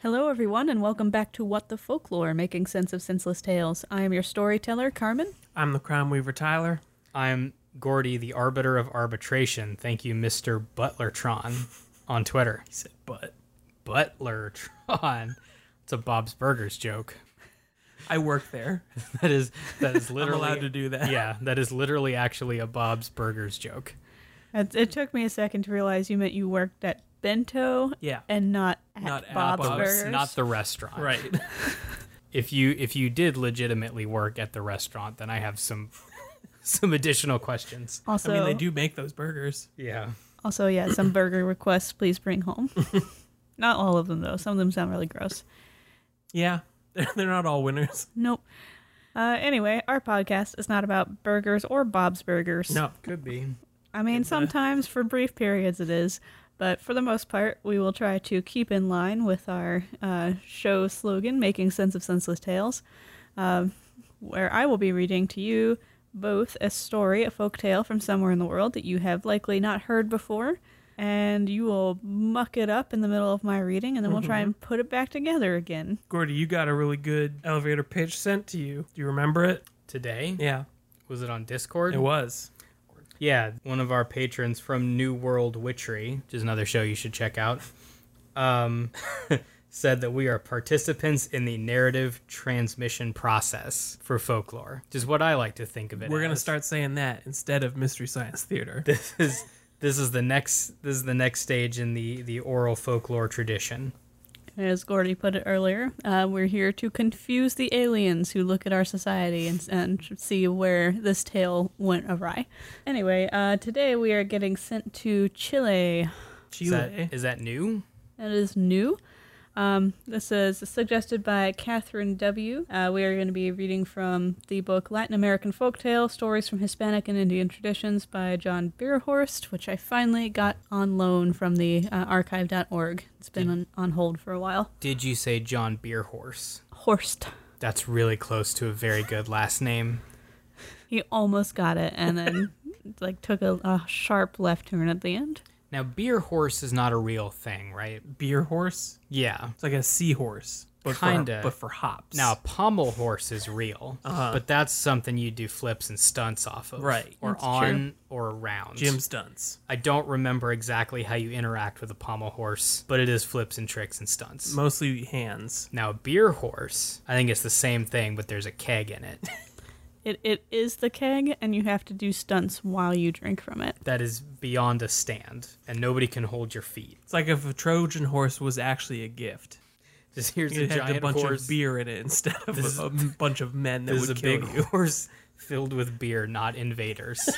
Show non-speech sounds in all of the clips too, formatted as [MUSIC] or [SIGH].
Hello, everyone, and welcome back to What the Folklore Making Sense of Senseless Tales. I am your storyteller, Carmen. I'm the crime weaver Tyler. I'm Gordy, the arbiter of arbitration. Thank you, Mr. Butlertron on Twitter. He said, but Butlertron. It's a Bob's Burgers joke. [LAUGHS] I work there. That is that [LAUGHS] is I'm literally allowed to do that. Yeah, that is literally actually a Bob's Burgers joke. It, it took me a second to realize you meant you worked at Bento Yeah. and not at Not at Bob's, Bob's, Burgers. Not the restaurant. Right. [LAUGHS] If you if you did legitimately work at the restaurant, then I have some some additional questions. also, I mean, they do make those burgers. Yeah. also, yeah, some burger requests please bring home. [LAUGHS] not all of them, though. Some of them sound really gross. Yeah. [LAUGHS] They're, they're not all winners. Nope. Uh, anyway, our podcast is not about burgers or Bob's Burgers. No. Could be. I mean, sometimes for brief periods it is, but for the most part, we will try to keep in line with our uh, show slogan, Making Sense of Senseless Tales, um, where I will be reading to you both a story, a folk tale from somewhere in the world that you have likely not heard before, and you will muck it up in the middle of my reading, and then we'll try and put it back together again. Gordy, you got a really good elevator pitch sent to you. Do you remember it? Today? Yeah. Was it on Discord? It was. Yeah, one of our patrons from New World Witchery, which is another show you should check out, um, [LAUGHS] said that we are participants in the narrative transmission process for folklore, which is what I like to think of it. We're going to as. start saying that instead of Mystery Science Theater. [LAUGHS] [LAUGHS] This is this is the next this is the next stage in the the oral folklore tradition. As Gordy put it earlier, uh, we're here to confuse the aliens who look at our society and, and see where this tale went awry. Anyway, uh, today we are getting sent to Chile. Chile. Is that, is that new? That is new. Um, this is suggested by Catherine W. Uh, we are going to be reading from the book Latin American Folktale Stories from Hispanic and Indian Traditions by John Beerhorst, which I finally got on loan from the uh, archive.org. It's been on, on hold for a while. Did you say John Beerhorse? Horst. That's really close to a very good last name. He almost got it and then [LAUGHS] like took a, a sharp left turn at the end. Now, Beerhorse is not a real thing, right? Beer horse. Yeah. It's like a seahorse. But Kinda. For, but for hops. Now, a pommel horse is real, but that's something you do flips and stunts off of, Uh-huh. Right. Or That's on true. or around. Jim stunts. I don't remember exactly how you interact with a pommel horse, but it is flips and tricks and stunts. Mostly hands. now, a beer horse, I think it's the same thing, but there's a keg in [LAUGHS] it. It it is the keg and you have to do stunts while you drink from it. that is beyond a stand, and nobody can hold your feet. It's like if a Trojan horse was actually a gift. Just here's a It had giant a bunch horse. of beer in it instead of This a, a [LAUGHS] bunch of men that This is would a kill big you. [LAUGHS] [LAUGHS] horse filled with beer, not invaders.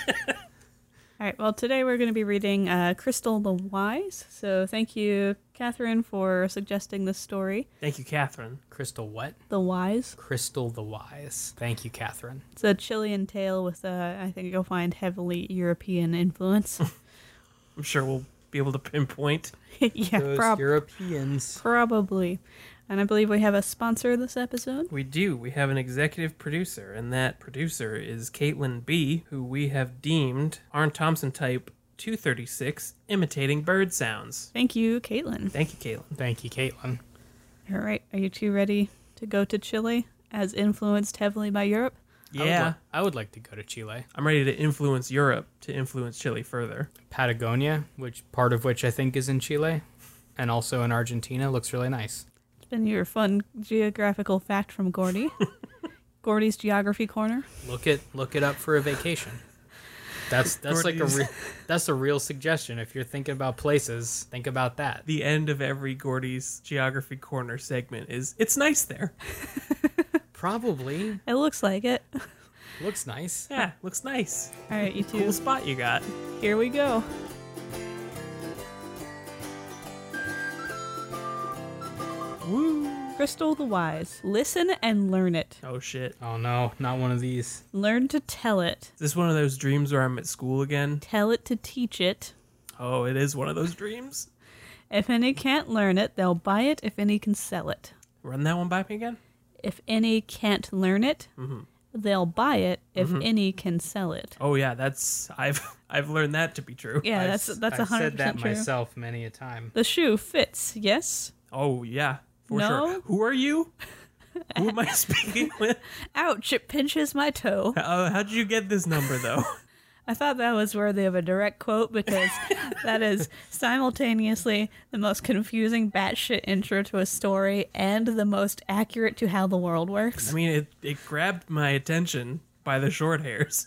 All right, well, today we're going to be reading uh, Crystal the Wise. So thank you, Catherine, for suggesting this story. Thank you, Catherine. Crystal what? The Wise. Crystal the Wise. Thank you, Catherine. It's a Chilean tale with, uh, I think you'll find, heavily European influence. [LAUGHS] I'm sure we'll be able to pinpoint. yeah, prob- Europeans. probably. And I believe we have a sponsor this episode. We do. We have an executive producer, and that producer is Caitlin B., who we have deemed Arn Thompson type 236 imitating bird sounds. Thank you, Caitlin. Thank you, Caitlin. Thank you, Caitlin. All right, are you two ready to go to Chile as influenced heavily by Europe? I would, Yeah. li- I would like to go to Chile. I'm ready to influence Europe to influence Chile further. Patagonia, which part of which I think is in Chile and also in Argentina, looks really nice. It's been your fun geographical fact [LAUGHS] from Gordy. Gordy's geography corner. Look it look it up for a vacation. [LAUGHS] That's that's like a Gordy's. re- that's a real suggestion. If you're thinking about places, think about that. The end of every Gordy's Geography Corner segment is It's Nice There. [LAUGHS] Probably It looks like it. All looks nice. Yeah, looks nice. right, you two, Cool spot you got. here we go. Woo! Crystal the Wise. Listen and learn it. Oh shit. Is Oh no, not one of these. Learn to tell it. this one of those dreams where I'm at school again? Tell it to teach it. Oh, it is one of those dreams. If any can't learn it, they'll buy it. If any can sell it. Run that one by me again. If any can't learn it, Mm-hmm. they'll buy it. If any can sell it. Oh yeah, that's I've [LAUGHS] I've learned that to be true. Yeah, I've- that's that's a I've hundred said that percent true. myself many a time. The shoe fits. Yes. Oh yeah, for No? sure. Who are you? Who am I [LAUGHS] speaking with? Ouch! It pinches my toe. Uh, how did you get this number though? I thought that was worthy of a direct quote [LAUGHS] because that is simultaneously the most confusing batshit intro to a story and the most accurate to how the world I works. mean, it it grabbed my attention by the short hairs.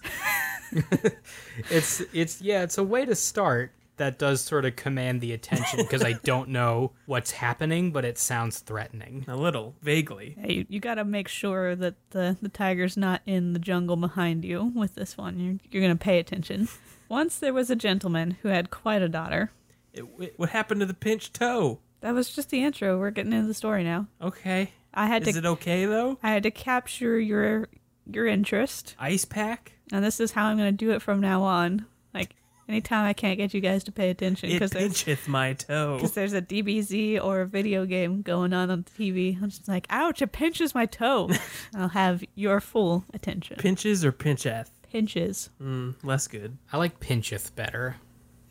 It's it's yeah, it's a way to start that does sort of command the attention because [LAUGHS] I don't know what's happening, but it sounds threatening. A little vaguely. Yeah, You, you got to make sure that the, the tiger's not in the jungle behind you with this one. You're, you're going to pay attention. Once there was a gentleman who had quite a daughter. It, it- what happened to the pinched toe? That was just the intro. We're getting into the story now. Okay. I had Is to it okay though? I had to capture your your interest. Ice pack. And this is how I'm going to do it from now on. Like anytime I can't get you guys to pay attention It because there's, pincheth my toe. [LAUGHS] 'cause there's a DBZ or a video game going on on TV, I'm just like, ouch! It pinches [LAUGHS] my toe. I'll have your full attention. Pinches or pincheth? Pinches. Mm, less good. I like pincheth better.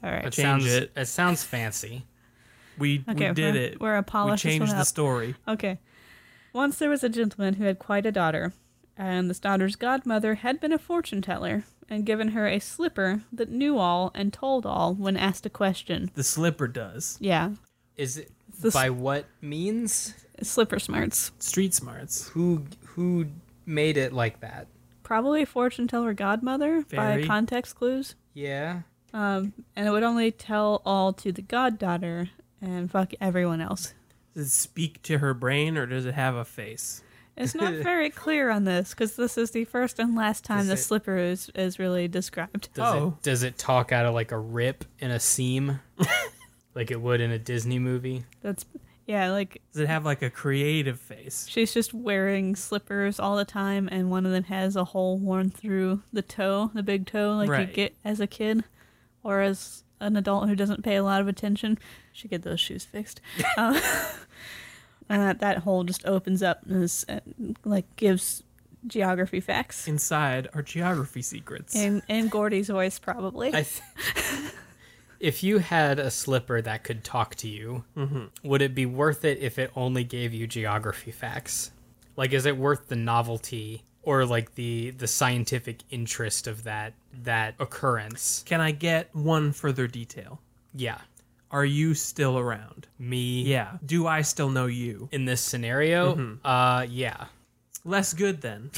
All right. It Change sounds it. it sounds fancy. We Okay, we did we're- it. we're a polish We this changed one the up. story. Okay. Once there was a gentleman who had quite a daughter, and this daughter's godmother had been a fortune teller and given her a slipper that knew all and told all when asked a question. The slipper does. Yeah, Is it This- by what means? slipper smarts. Street smarts. Who who made it like that? Probably fortune teller godmother by Very. context clues. Yeah. Um, and it would only tell all to the goddaughter and fuck everyone else. Does it speak to her brain or does it have a face? It's [LAUGHS] not very clear on this because this is the first and last time the it- slipper is, is really described. Does Oh. it does it talk out of like a rip in a seam? like it would in a Disney movie? That's yeah, like Does it have like a creative face? she's just wearing slippers all the time, and one of them has a hole worn through the toe, the big toe, like you Right. get as a kid or as an adult who doesn't pay a lot of attention. Should get those shoes [LAUGHS] fixed. Uh, [LAUGHS] and that, that hole just opens up and is, uh, like gives geography facts. Inside are geography secrets. In in Gordy's voice, probably. [LAUGHS] I th- if you had a slipper that could talk to you, would it be worth it if it only gave you geography facts? Like, is it worth the novelty or like the the scientific interest of that that occurrence? Can I get one further detail? Yeah, Are you still around? me. Yeah. Mm-hmm. Do I still know you? In this scenario, uh, yeah, Less good then.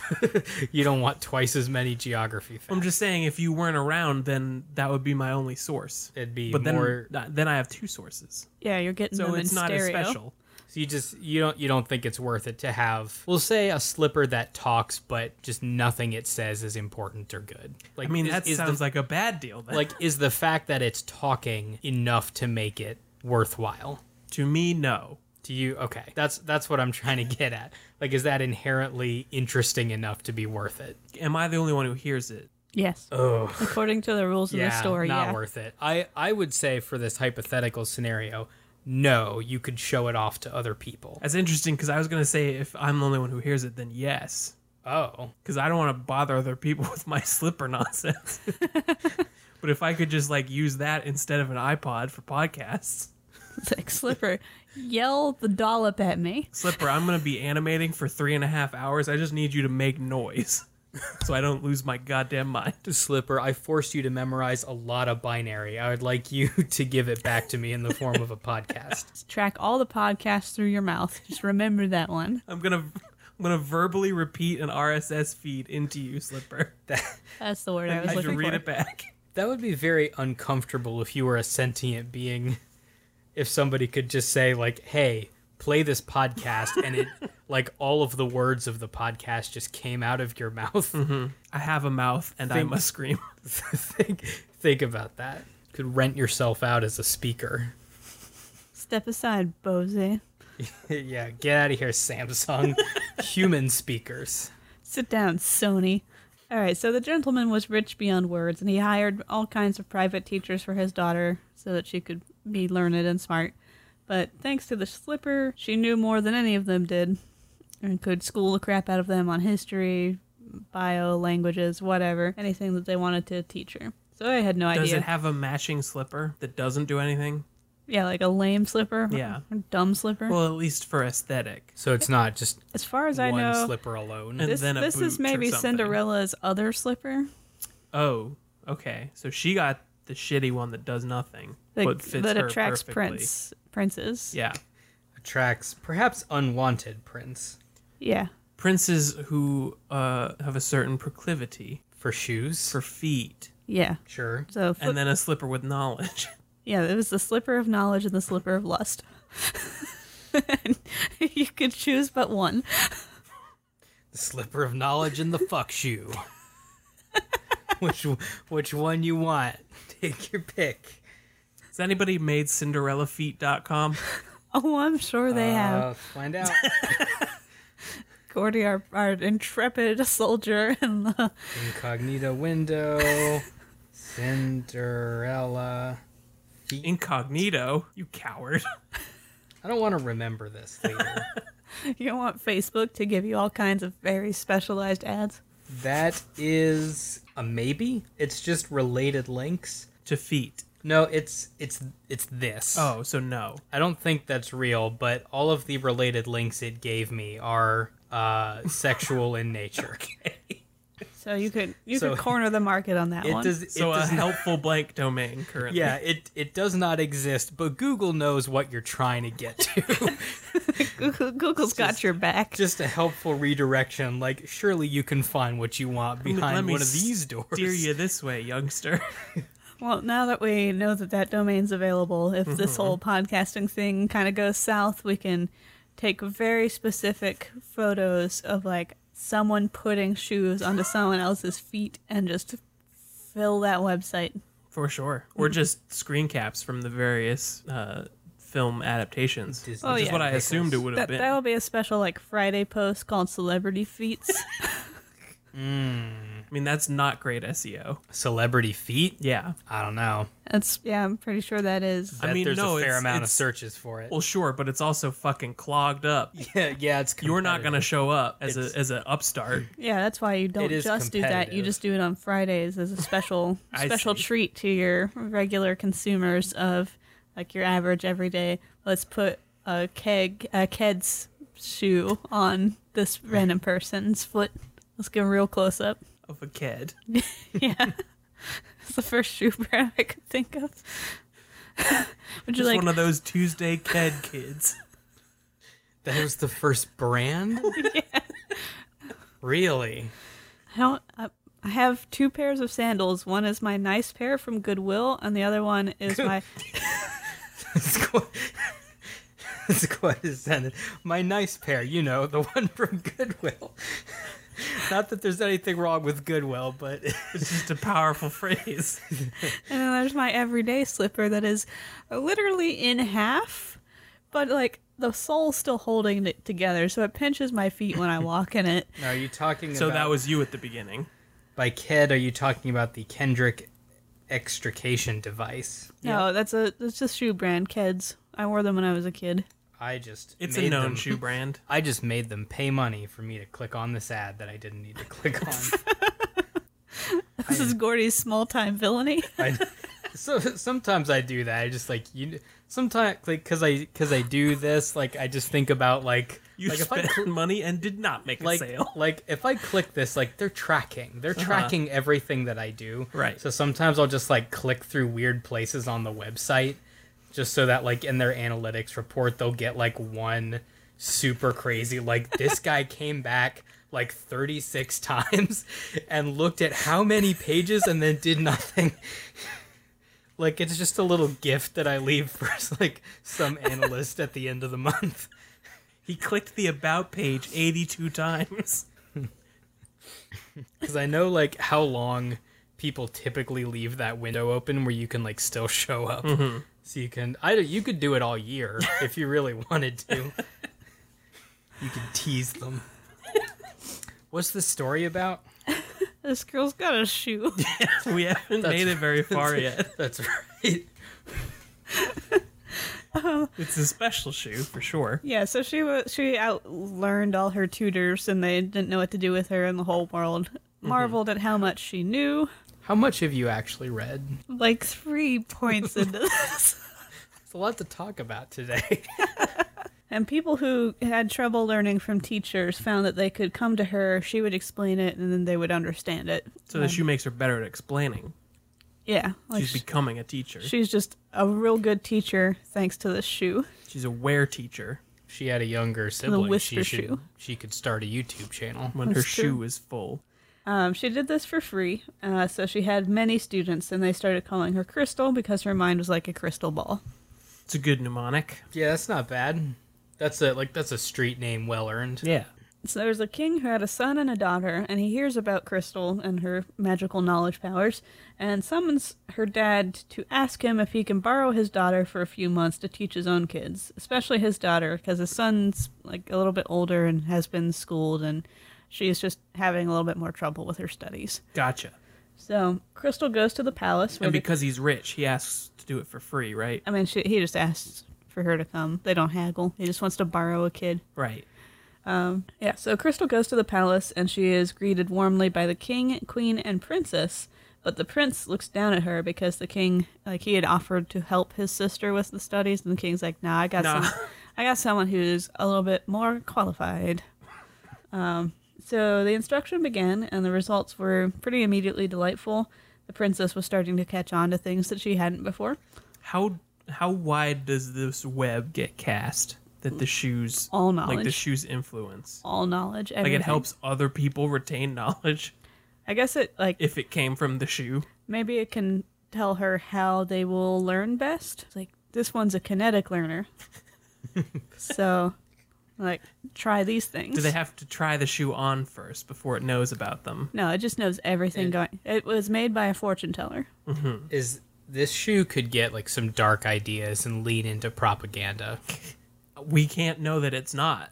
you don't want twice as many geography facts. I'm just saying if you weren't around then that would be my only source. It'd be But more. then then I have two sources. yeah, you're getting So them it's in not as stereo. special. So you just you don't you don't think it's worth it to have we'll say a slipper that talks but just nothing it says is important or good. Like I mean, is, that is sounds the, like a bad deal. Then. like is the fact that it's talking enough to make it worthwhile to me, no. to you? Okay, that's that's what I'm trying to get at. Like is that inherently interesting enough to be worth it? Am I the only one who hears it? Yes. Oh. According to the rules of the story, not yeah. worth it. I I would say for this hypothetical scenario, no, you could show it off to other people. That's interesting because I was gonna say if I'm the only one who hears it, then yes, Oh, because I don't want to bother other people [LAUGHS] with my slipper nonsense. [LAUGHS] but if I could just like use that instead of an iPod for podcasts, Like slipper, yell the dollop at me. slipper, I'm gonna be animating for three and a half hours. I just need you to make noise, [LAUGHS] so I don't lose my goddamn mind. Slipper, I forced you to memorize a lot of binary. I would like you [LAUGHS] to give it back to me in the form of a podcast. track all the podcasts through your mouth. Just remember that one. I'm gonna. I'm gonna verbally repeat an RSS feed into you, Slipper. That's the word I was I should looking read for. it back. [LAUGHS] That would be very uncomfortable if you were a sentient being. If somebody could just say like, "Hey, play this [LAUGHS] podcast," and it like all of the words of the podcast just came out of your mouth. Mm-hmm. I have a mouth and I Think- must scream. [LAUGHS] think think about that. Could rent yourself out as a speaker. Step aside, Bozy. [LAUGHS] yeah, get out of [LAUGHS] here, Samsung. Human speakers. Sit down, Sony. All right, so the gentleman was rich beyond words, and he hired all kinds of private teachers for his daughter so that she could be learned and smart. But thanks to the slipper, she knew more than any of them did and could school the crap out of them on history, bio, languages, whatever, anything that they wanted to teach her. So I had no Does idea. it have a matching slipper that doesn't do anything? yeah, like a lame slipper, Yeah. or dumb slipper. Well, at least for aesthetic. So it's not just as far as [LAUGHS] I one know, slipper alone. And this, then a this is boot or maybe something. Cinderella's other slipper. Oh, okay. So she got the shitty one that does nothing, that, but fits that her attracts perfectly. prince princes. Yeah, Attracts perhaps unwanted prints Yeah. princes who uh, have a certain proclivity for shoes. for feet, Yeah. sure. So fo- and then a slipper with knowledge. [LAUGHS] yeah, it was the slipper of knowledge and the slipper of lust. [LAUGHS] And you could choose but one. The slipper of knowledge and the fuck [LAUGHS] shoe. which which one you want? [LAUGHS] Take your pick. Has anybody made [LAUGHS] CinderellaFeet.com? Oh, I'm sure they have. Uh, find [LAUGHS] out. Gordy, our, our intrepid soldier, [LAUGHS] and uh, the, [LAUGHS] Incognito window. Cinderella. Incognito, you [LAUGHS] coward. I don't want to remember this later. you want Facebook to give you all kinds of very specialized ads. that is a maybe. It's just related links. to feet. No, it's it's it's this. Oh, so no. I don't think that's real, but all of the related links it gave me are [LAUGHS] uh, sexual in nature. So you could you So- could corner the market on that It one. does. It So uh, a does not, helpful blank domain currently. yeah, it it does not exist, but Google knows what you're trying to get [LAUGHS] to. Google, Google's got your back. just a helpful redirection. Like surely you can find what you want Let me- behind let me one of these doors. Steer you this way, youngster. Well, now that we know that that domain's available, if this whole podcasting thing kind of goes south, we can take very specific photos of like someone putting shoes onto someone else's feet and just fill that website. For sure. Or just screen caps from the various uh, film adaptations. Disney Oh, which is yeah. what I assumed it would have That, been. that'll be a special like Friday post called Celebrity Feats. I mean, that's not great E SEO. Celebrity feet? Yeah. I don't know. That's yeah, I'm pretty sure that is. I Bet mean, there's no, a fair it's- amount of it's- searches for it. Well, sure, but it's also fucking clogged up. yeah, yeah, it's You're not going to competitive. show up as It's- a as an upstart. Yeah, that's why you don't It is just do that. You competitive. just do it on Fridays as [LAUGHS] a special I special see. treat to your regular consumers of like your average everyday. Let's put a keg a ked's shoe on this random person's foot. Let's get a real close up. Of a kid. Yeah. It's the first shoe [LAUGHS] brand I could think of. [LAUGHS] Would you Just like one of those Tuesday kid kids. That was the first brand? Really? [LAUGHS] I don't I, I have two pairs of sandals. One is my nice pair from Goodwill and the other one [LAUGHS] is my It's quite, it's quite a sentence. My nice pair, you know, the one from Goodwill. [LAUGHS] Not that there's anything wrong with Goodwill, but [LAUGHS] It's just a powerful phrase. And then there's my everyday slipper that is literally in half, but like the sole's still holding it together, so it pinches my feet when I walk in it. are you talking So about that was you at the beginning. by Ked, are you talking about the Kendrick extrication device? No, that's a that's a shoe brand, Keds. I wore them when I was a kid. I just It's made a known them- shoe brand. I just made them pay money for me to click on this ad that I didn't need to click on. This is Gordy's small time villainy. [LAUGHS] I, [LAUGHS] so sometimes I do that. I just like you. Sometimes like because I because I do this. Like I just think about like You like if I spent cl- money and did not make a like sale. [LAUGHS] Uh-huh. like if I click this like they're tracking. They're tracking everything that I do. Right. So sometimes I'll just like click through weird places on the website, just so that like in their analytics report they'll get like one super crazy like [LAUGHS] this guy came back like 36 times [LAUGHS] and looked at how many pages and then did nothing [LAUGHS] like it's just a little gift that i leave for [LAUGHS] like [LAUGHS] some analyst at the end of the month He clicked the about page 82 times. because I know like Mm-hmm. how long people typically leave that window open where you can like still show up. So you can I you could do it all year [LAUGHS] if you really wanted to. [LAUGHS] you could tease them. [LAUGHS] What's the story about? This girl's got a shoe. We haven't made it very [LAUGHS] far yet. That's right. It's a special shoe for sure. yeah, so she wa she out learned all her tutors, and they didn't know what to do with her in the whole world. Marveled at how much she knew. How much have you actually read? Like three points into this. It's a lot to talk about today. [LAUGHS] And people who had trouble learning from teachers found that they could come to her, she would explain it, and then they would understand it. So the shoe makes her better at explaining. Yeah, like She's sh- becoming a teacher. she's just a real good teacher thanks to this shoe. She's a wear teacher If she had a younger sibling. she whisper should, shoe. She could start a YouTube channel. when her That's true. shoe is full. Um, she did this for free, uh, so she had many students, and they started calling her Crystal because her mind was like a crystal ball. It's a good mnemonic. Yeah, that's not bad. That's a like that's a street name well earned. Yeah. So there was a king who had a son and a daughter, and he hears about Crystal and her magical knowledge powers, and summons her dad to ask him if he can borrow his daughter for a few months to teach his own kids, especially his daughter, because his son's like a little bit older and has been schooled, and she's just having a little bit more trouble with her studies. Gotcha. So Crystal goes to the palace. Where And the- because he's rich, he asks to do it for free, right? I mean, she, he just asks for her to come. They don't haggle. He just wants to borrow a kid. Right. Yeah, so Crystal goes to the palace and she is greeted warmly by the king, queen, and princess. But the prince looks down at her because the king, like, he had offered to help his sister with the studies, and the king's like, "Nah, I got Nah. some, I got someone who's a little bit more qualified." Um, so the instruction began, and the results were pretty immediately delightful. The princess was starting to catch on to things that she hadn't before. How how wide does this web get cast that the shoes All like the knowledge. shoes influence? All knowledge, Like everything. it helps other people [LAUGHS] retain knowledge I guess it like if it came from the shoe. Maybe it can tell her how they will learn best. It's like this one's a [LAUGHS] kinetic learner. so like try these things. Do they have to try the shoe on first before it knows about them? no, it just knows everything going. It was made by a fortune teller. Is this shoe could get like some dark ideas and lean into propaganda. We can't know that it's not.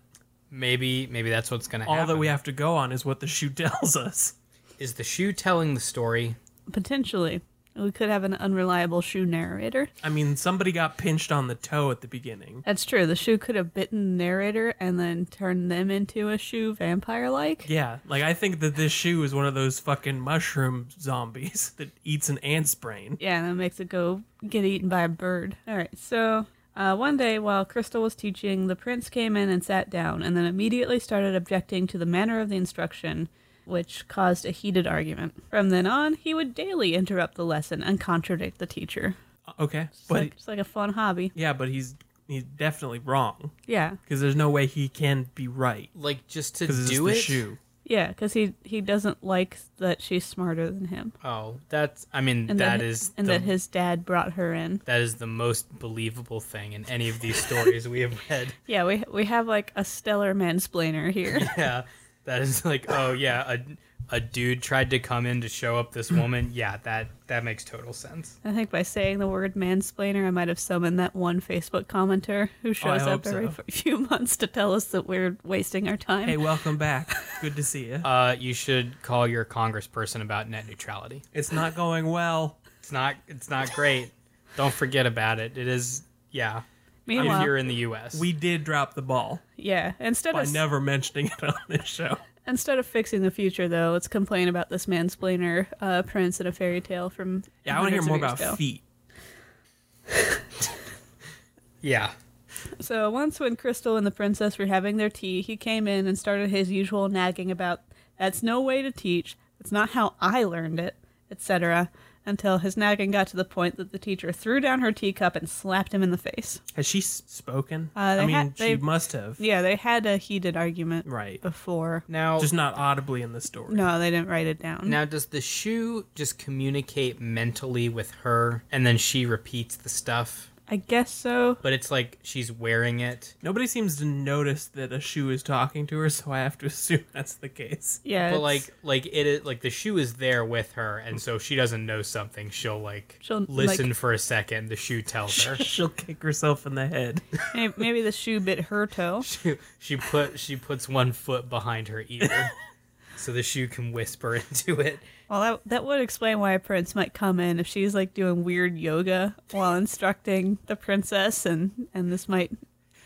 Maybe maybe that's what's gonna All happen. that we have to go on is what the shoe [LAUGHS] tells us. is the shoe telling the story. Potentially, we could have an unreliable shoe narrator. I mean, somebody got pinched on the toe at the beginning. That's true. The shoe could have bitten the narrator and then turned them into a shoe vampire like. Yeah, like I think that this shoe is one of those fucking mushroom zombies [LAUGHS] that eats an ant's brain. Yeah, that makes it go get eaten by a bird. All right, so uh, one day while Crystal was teaching, the prince came in and sat down, and then immediately started objecting to the manner of the instruction, which caused a heated argument. From then on, he would daily interrupt the lesson and contradict the teacher. Okay, It's, but like, it's like a fun hobby. yeah, but he's he's definitely wrong Yeah, because there's no way he can be right Like just to because it's do the it. shoe. yeah, because he he doesn't like that she's smarter than him, Oh, that's I mean and that hi- is and the, that his dad brought her in. that is the most believable thing in any of these stories we [LAUGHS] have read. Yeah, we we have like a stellar mansplainer [LAUGHS] here. Yeah. That is like, oh yeah, a a dude tried to come in to show up this woman. Yeah, that that makes total sense. I think by saying the word mansplainer, I might have summoned that one Facebook commenter who Oh, I shows up hope every so. f- few months to tell us that we're wasting our time. Hey, welcome back. Good to see you. Uh, you should call your congressperson about net neutrality. It's not going well. It's not it's not great. Don't forget about it. It is yeah. If Meanwhile, you're in the U.S., We did drop the ball yeah. Instead by of never mentioning it on this show. instead of fixing the future, though, let's complain about this mansplainer uh, prince in a fairy tale from. Yeah, I want to hear hundreds of more years about ago. feet. yeah. So once, when Crystal and the princess were having their tea, he came in and started his usual nagging about that's no way to teach, that's not how I learned it, etc. Until his nagging got to the point that the teacher threw down her teacup and slapped him in the face. Has she s- spoken? Uh, they I mean, ha- she they- must have. Yeah, they had a heated argument Right. before. Now Just not audibly in the story. Oh. No, they didn't write it down. Now, does the shoe just communicate mentally with her and then she repeats the stuff? I guess so. but it's like she's wearing it. Nobody seems to notice that a shoe is talking to her, [LAUGHS] so I have to assume that's the case. Yeah. But it's- like, like it is like the shoe is there with her, and so if she doesn't know something. She'll like She'll, listen like- for a second. The shoe tells [LAUGHS] her. She'll kick herself in the head. [LAUGHS] may- maybe the shoe bit her toe. she, she put she puts one foot behind her [LAUGHS] ear, so the shoe can whisper [LAUGHS] into it. Well, that, that would explain why a prince might come in if she's like doing weird yoga while instructing the princess, and and this might,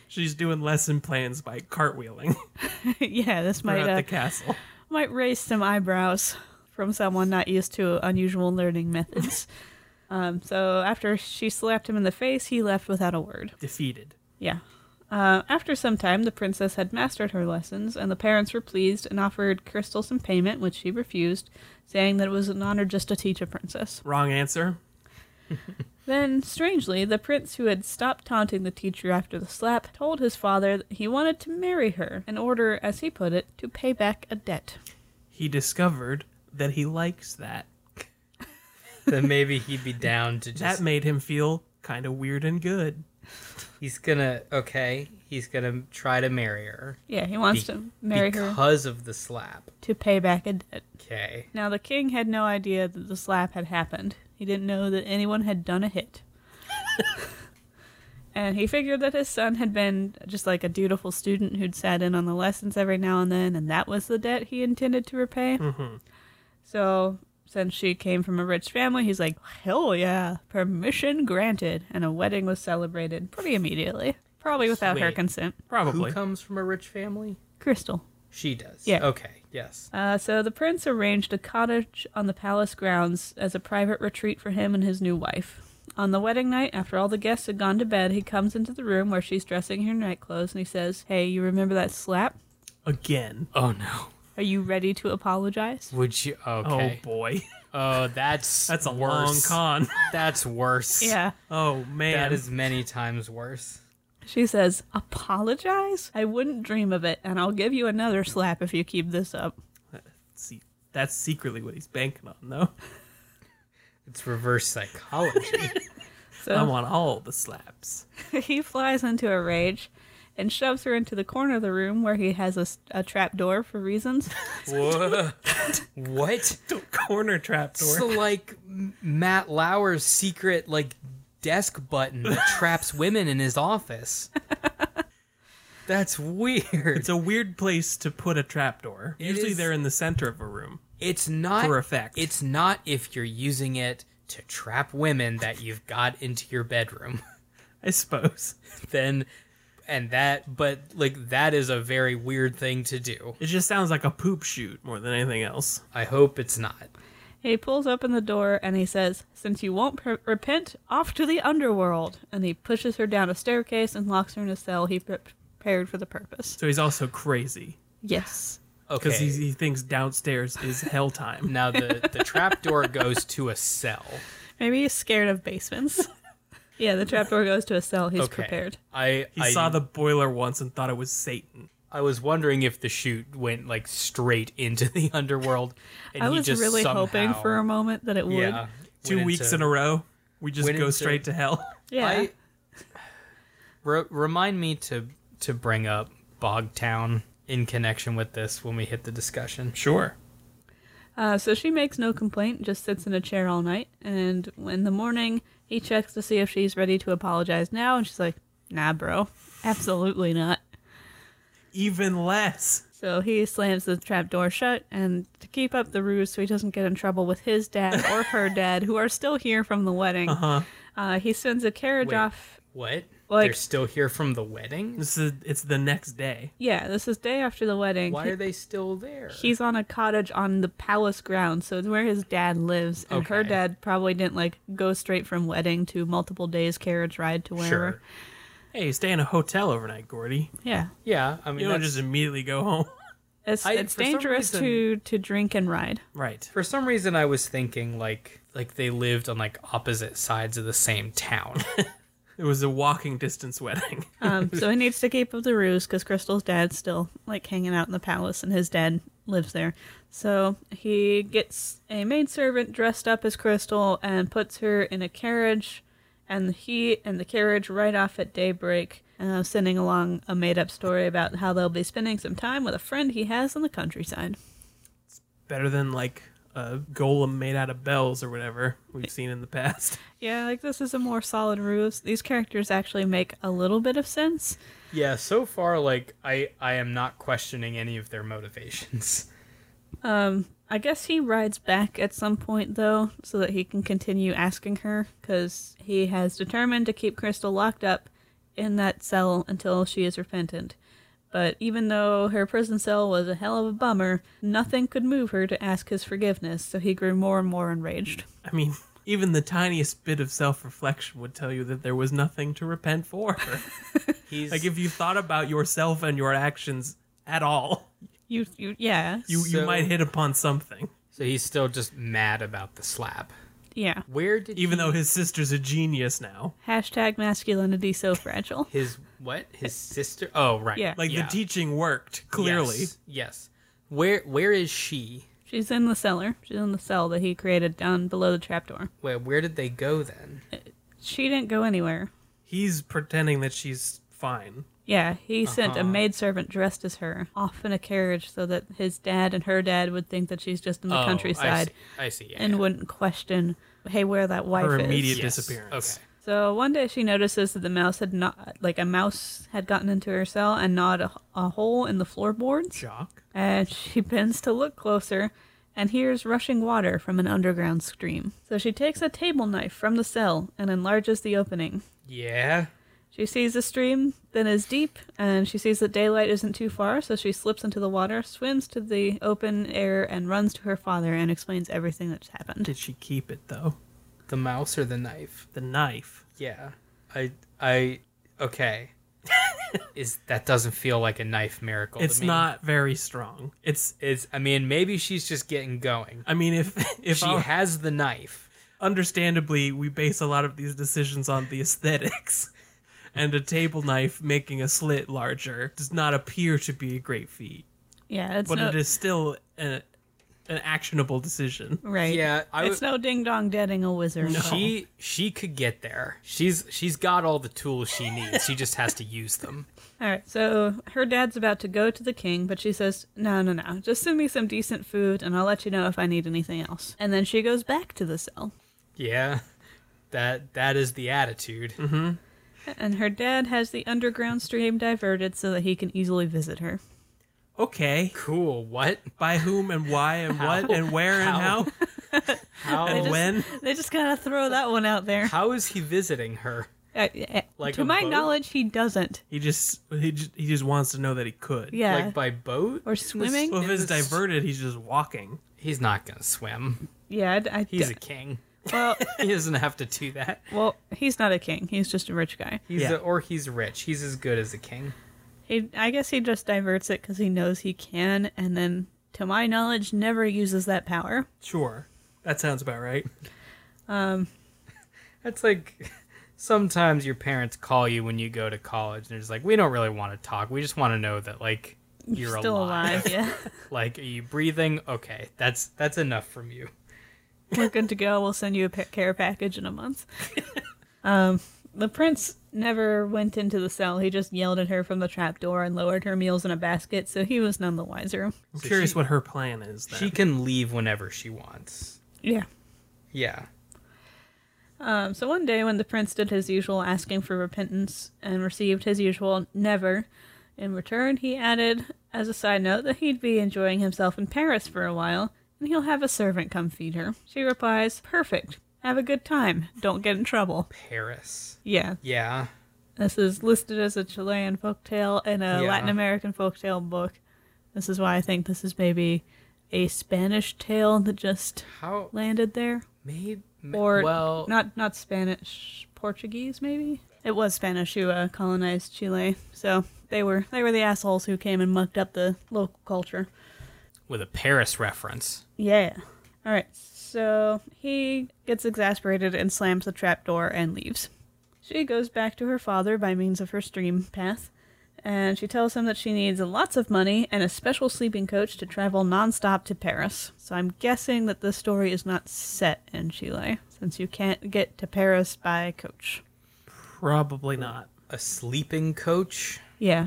She's doing lesson plans by cartwheeling [LAUGHS] [LAUGHS] yeah, this might throughout uh, the castle. might raise some eyebrows from someone not used to unusual [LAUGHS] learning methods. um, so after she slapped him in the face, he left without a word. Defeated. Yeah. Uh, after some time, the princess had mastered her lessons, and the parents were pleased and offered Crystal some payment, which she refused, saying that it was an honor just to teach a princess. Wrong answer. Then, strangely, the prince who had stopped taunting the teacher after the slap told his father that he wanted to marry her in order, as he put it, to pay back a debt. He discovered that he likes that. Then maybe he'd be down to That just. made him feel kind of weird and good. he's gonna okay. He's gonna try to marry her Yeah, he wants to marry her because of the slap. to pay back a debt. Okay. Now, the king had no idea that the slap had happened. He didn't know that anyone had done a [LAUGHS] hit. and he figured that his son had been just like a dutiful student who'd sat in on the lessons every now and then, and that was the debt he intended to repay. Mm-hmm. So, since she came from a rich family, he's like, hell yeah, permission granted. And a wedding was celebrated pretty immediately, probably without her Sweet. consent. Probably. Who comes from a rich family? Crystal. She does. Yeah. Okay. Yes. Uh, so the prince arranged a cottage on the palace grounds as a private retreat for him and his new wife. On the wedding night, after all the guests had gone to bed, he comes into the room where she's dressing her night clothes and he says, Hey, you remember that slap? Again. Oh no. Are you ready to apologize? Would you? Oh Okay. boy. [LAUGHS] Oh, [LAUGHS] that's That's a long worse. [LAUGHS] con. That's worse. Yeah. Oh man. That is many times worse. She says, Apologize? I wouldn't dream of it, and I'll give you another slap if you keep this up. See, that's secretly what he's banking on, though. It's reverse psychology. [LAUGHS] So I want all the slaps. [LAUGHS] he flies into a rage and shoves her into the corner of the room where he has a, s- a trap door for reasons. what? [LAUGHS] Corner trapdoor. It's like M- Matt Lauer's secret like desk [LAUGHS] button that traps women in his office. That's weird. It's a weird place to put a trapdoor. It Usually is- they're in the center of a room. It's not For a fact. It's not if you're using it to trap women that you've got into your bedroom. [LAUGHS] I suppose. then and that but like that is a very weird thing to do. It just sounds like a poop shoot more than anything else. I hope it's not. He pulls open the door and he says, Since you won't per- repent, off to the underworld. And he pushes her down a staircase and locks her in a cell he pre- prepared for the purpose. So he's also crazy Yes. Okay. because he, he thinks downstairs is hell [LAUGHS] time. now the the trap door goes to a cell. Maybe he's scared of basements. yeah, the trapdoor goes to a cell. He's Okay. prepared. I He I, saw the boiler once and thought it was Satan. I was wondering if the chute went like straight into the [LAUGHS] underworld. And I he was just really somehow, hoping for a moment that it would. yeah, Two went weeks into- in a row, we just went go into- straight to hell. [LAUGHS] Yeah. I, re- remind me to to bring up Bogtown in connection with this when we hit the discussion. Sure. Uh, so she makes no complaint, just sits in a chair all night. And in the morning, he checks to see if she's ready to apologize now. And she's like, Nah, bro. Absolutely not. Even less. So he slams the trap door shut and to keep up the ruse so he doesn't get in trouble with his dad or [LAUGHS] her dad, who are still here from the wedding. Uh-huh. he sends a carriage Wait. off. What? Like- They're still here from the wedding? This is it's the next day. Yeah, this is day after the wedding. Why He- are they still there? He's on a cottage on the palace grounds, so it's where his dad lives. And her Okay. dad probably didn't like go straight from wedding to multiple days carriage ride to wherever. sure. Hey, you stay in a hotel overnight, Gordy. Yeah. Yeah, I mean, You don't that's- just immediately go home. [LAUGHS] It's, I- it's for some dangerous reason- to to drink and ride. Right. for some reason I was thinking like like they lived on like opposite sides of the same town. It was a walking distance [LAUGHS] wedding. Um, so he needs to keep up the ruse because Crystal's dad's still like hanging out in the palace, and his dad lives there. So he gets a maidservant dressed up as Crystal and puts her in a carriage and he and the carriage right off at daybreak, uh, sending along a made up story about how they'll be spending some time with a friend he has in the countryside. Better than like a golem made out of bells or whatever we've seen in the past. Yeah, like this is a more solid ruse. These characters actually make a little bit of sense. Yeah, so far, like I, I am not questioning any of their motivations. [LAUGHS] I guess he rides back at some point, though, so that he can continue asking her, because he has determined to keep Crystal locked up in that cell until she is repentant. But even though her prison cell was a hell of a bummer, nothing could move her to ask his forgiveness, so he grew more and more enraged. I mean, even the tiniest bit of self reflection would tell you that there was nothing to repent [LAUGHS] for. He's like, if you thought about yourself and your actions at all, You, you yeah. you, you So- might hit upon something. so he's still just mad about the slap. yeah. Where did Even he- though his sister's a genius now. Hashtag masculinity so fragile. his what his sister? Oh right, Yeah. Like, Yeah. the teaching worked, clearly. Yes, yes. Where where is she? She's in the cellar. She's in the cell that he created down below the trapdoor. Where where did they go then? She didn't go anywhere. He's pretending that she's fine. Yeah, he sent Uh-huh. a maidservant dressed as her off in a carriage so that his dad and her dad would think that she's just in the Oh, I countryside see- I see. yeah, and yeah. wouldn't question, hey, where that wife Her is. immediate Yes, disappearance. Okay. So one day she notices that the mouse had not, like a mouse had gotten into her cell and gnawed a, a hole in the floorboards. Jock. And [LAUGHS] she bends to look closer and hears rushing water from an underground stream. So she takes a table knife from the cell and enlarges the opening. Yeah. She sees the stream then is deep, and she sees that daylight isn't too far, so she slips into the water, swims to the open air, and runs to her father and explains everything that's happened. Did she keep it, though? The mouse or the knife? The knife. Yeah. I I okay. [LAUGHS] Is that doesn't feel like a knife miracle? to It's me. not very strong. It's. It's. I mean, maybe she's just getting going. I mean, if [LAUGHS] if she I- has the knife. understandably, we base a lot of these decisions on the aesthetics. [LAUGHS] And a table knife making a slit larger does not appear to be a great feat, Yeah, it's but no, it is still a, an actionable decision. right. Yeah, I it's no ding dong deading a wizard. She she could get there. She's she's got all the tools she needs. She just has to use them. All right, so her dad's about to go to the king, but she says, "No, no, no. Just send me some decent food, and I'll let you know if I need anything else." And then she goes back to the cell. Yeah. That that is the attitude. Mm-hmm. And her dad has the underground stream diverted so that he can easily visit her. Okay, Cool. What? by whom and why and what How? and where and How? how, How and when? They just gotta throw that one out there. how is he visiting her? Uh, uh, Like to a my boat? knowledge, he doesn't. He just he just, he just wants to know that he could. Yeah, Like by boat? or swimming. Well, if In it's the s- diverted, he's just walking. He's not gonna swim. yeah, I, I He's a d- king. [LAUGHS] [LAUGHS] well, He doesn't have to do that. well, he's not a king. He's just a rich guy. He's Yeah. a, or he's rich. He's as good as a king. He, I guess, he just diverts it because he knows he can, and then, to my knowledge, never uses that power. Sure, that sounds about [LAUGHS] right. Um, That's like sometimes your parents call you when you go to college and they're just like, We don't really want to talk. We just want to know that like you're, Still alive, yeah. [LAUGHS] [LAUGHS] Like, are you breathing? Okay, that's that's enough from you. We're good to go. We'll send you a pa- care package in a [LAUGHS] month. um, the prince never went into the cell. He just yelled at her from the trapdoor and lowered her meals in a basket, so he was none the wiser. I'm curious what her plan is. Then. She can leave whenever she wants. Yeah. Yeah. Um, so one day, when the prince did his usual asking for repentance and received his usual never in return, he added, as a side note, that he'd be enjoying himself in Paris for a while and he'll have a servant come feed her. She replies, Perfect. Have a good time. Don't get in trouble. Paris. Yeah, Yeah. this is listed as a Chilean folktale and a Yeah. Latin American folktale book. This is why I think this is maybe a Spanish tale that just How landed there. made or well not not Spanish, Portuguese maybe. It was Spanish who uh, colonized Chile, so they were they were the assholes who came and mucked up the local culture. with a Paris reference. Yeah. All right. So he gets exasperated and slams the trapdoor and leaves. She goes back to her father by means of her stream path, and she tells him that she needs lots of money and a special sleeping coach to travel nonstop to Paris. So I'm guessing that this story is not set in Chile. So since you can't get to Paris by coach. Probably not. A sleeping coach? Yeah.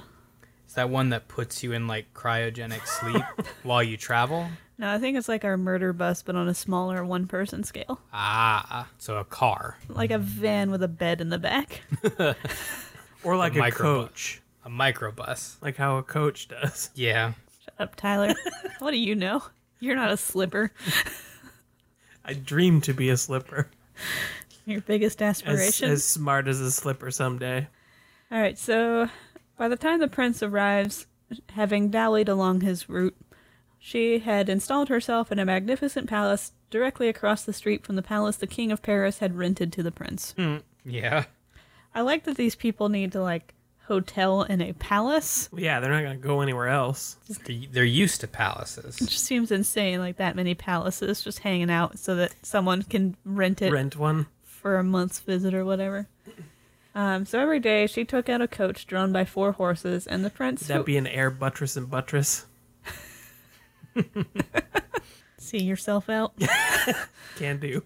Is that one that puts you in like [LAUGHS] cryogenic sleep while you travel? No, I think it's like our murder bus, but on a smaller one person scale. Ah, so a car. Like a van with a bed in the back. Or like a, microbus. coach, A microbus. like how a coach does. [LAUGHS] Yeah. Shut up, Tyler. what do you know? You're not a slipper. I dream to be a slipper. Your biggest As, aspiration. as smart as a slipper someday. All right, so by the time the prince arrives, having dallied along his route, she had installed herself in a magnificent palace directly across the street from the palace the king of Paris had rented to the prince. Hmm. Yeah. I like that these people need to like hotel in a palace. Yeah, they're not going to go anywhere else. They're, they're used to palaces. It just seems insane, like that many palaces just hanging out so that someone can rent it Rent one. for a month's visit or whatever. Um, so every day she took out a coach drawn by four horses, and the prince. who- That'd be an air buttress and buttress. see [LAUGHS] yourself out. Can do.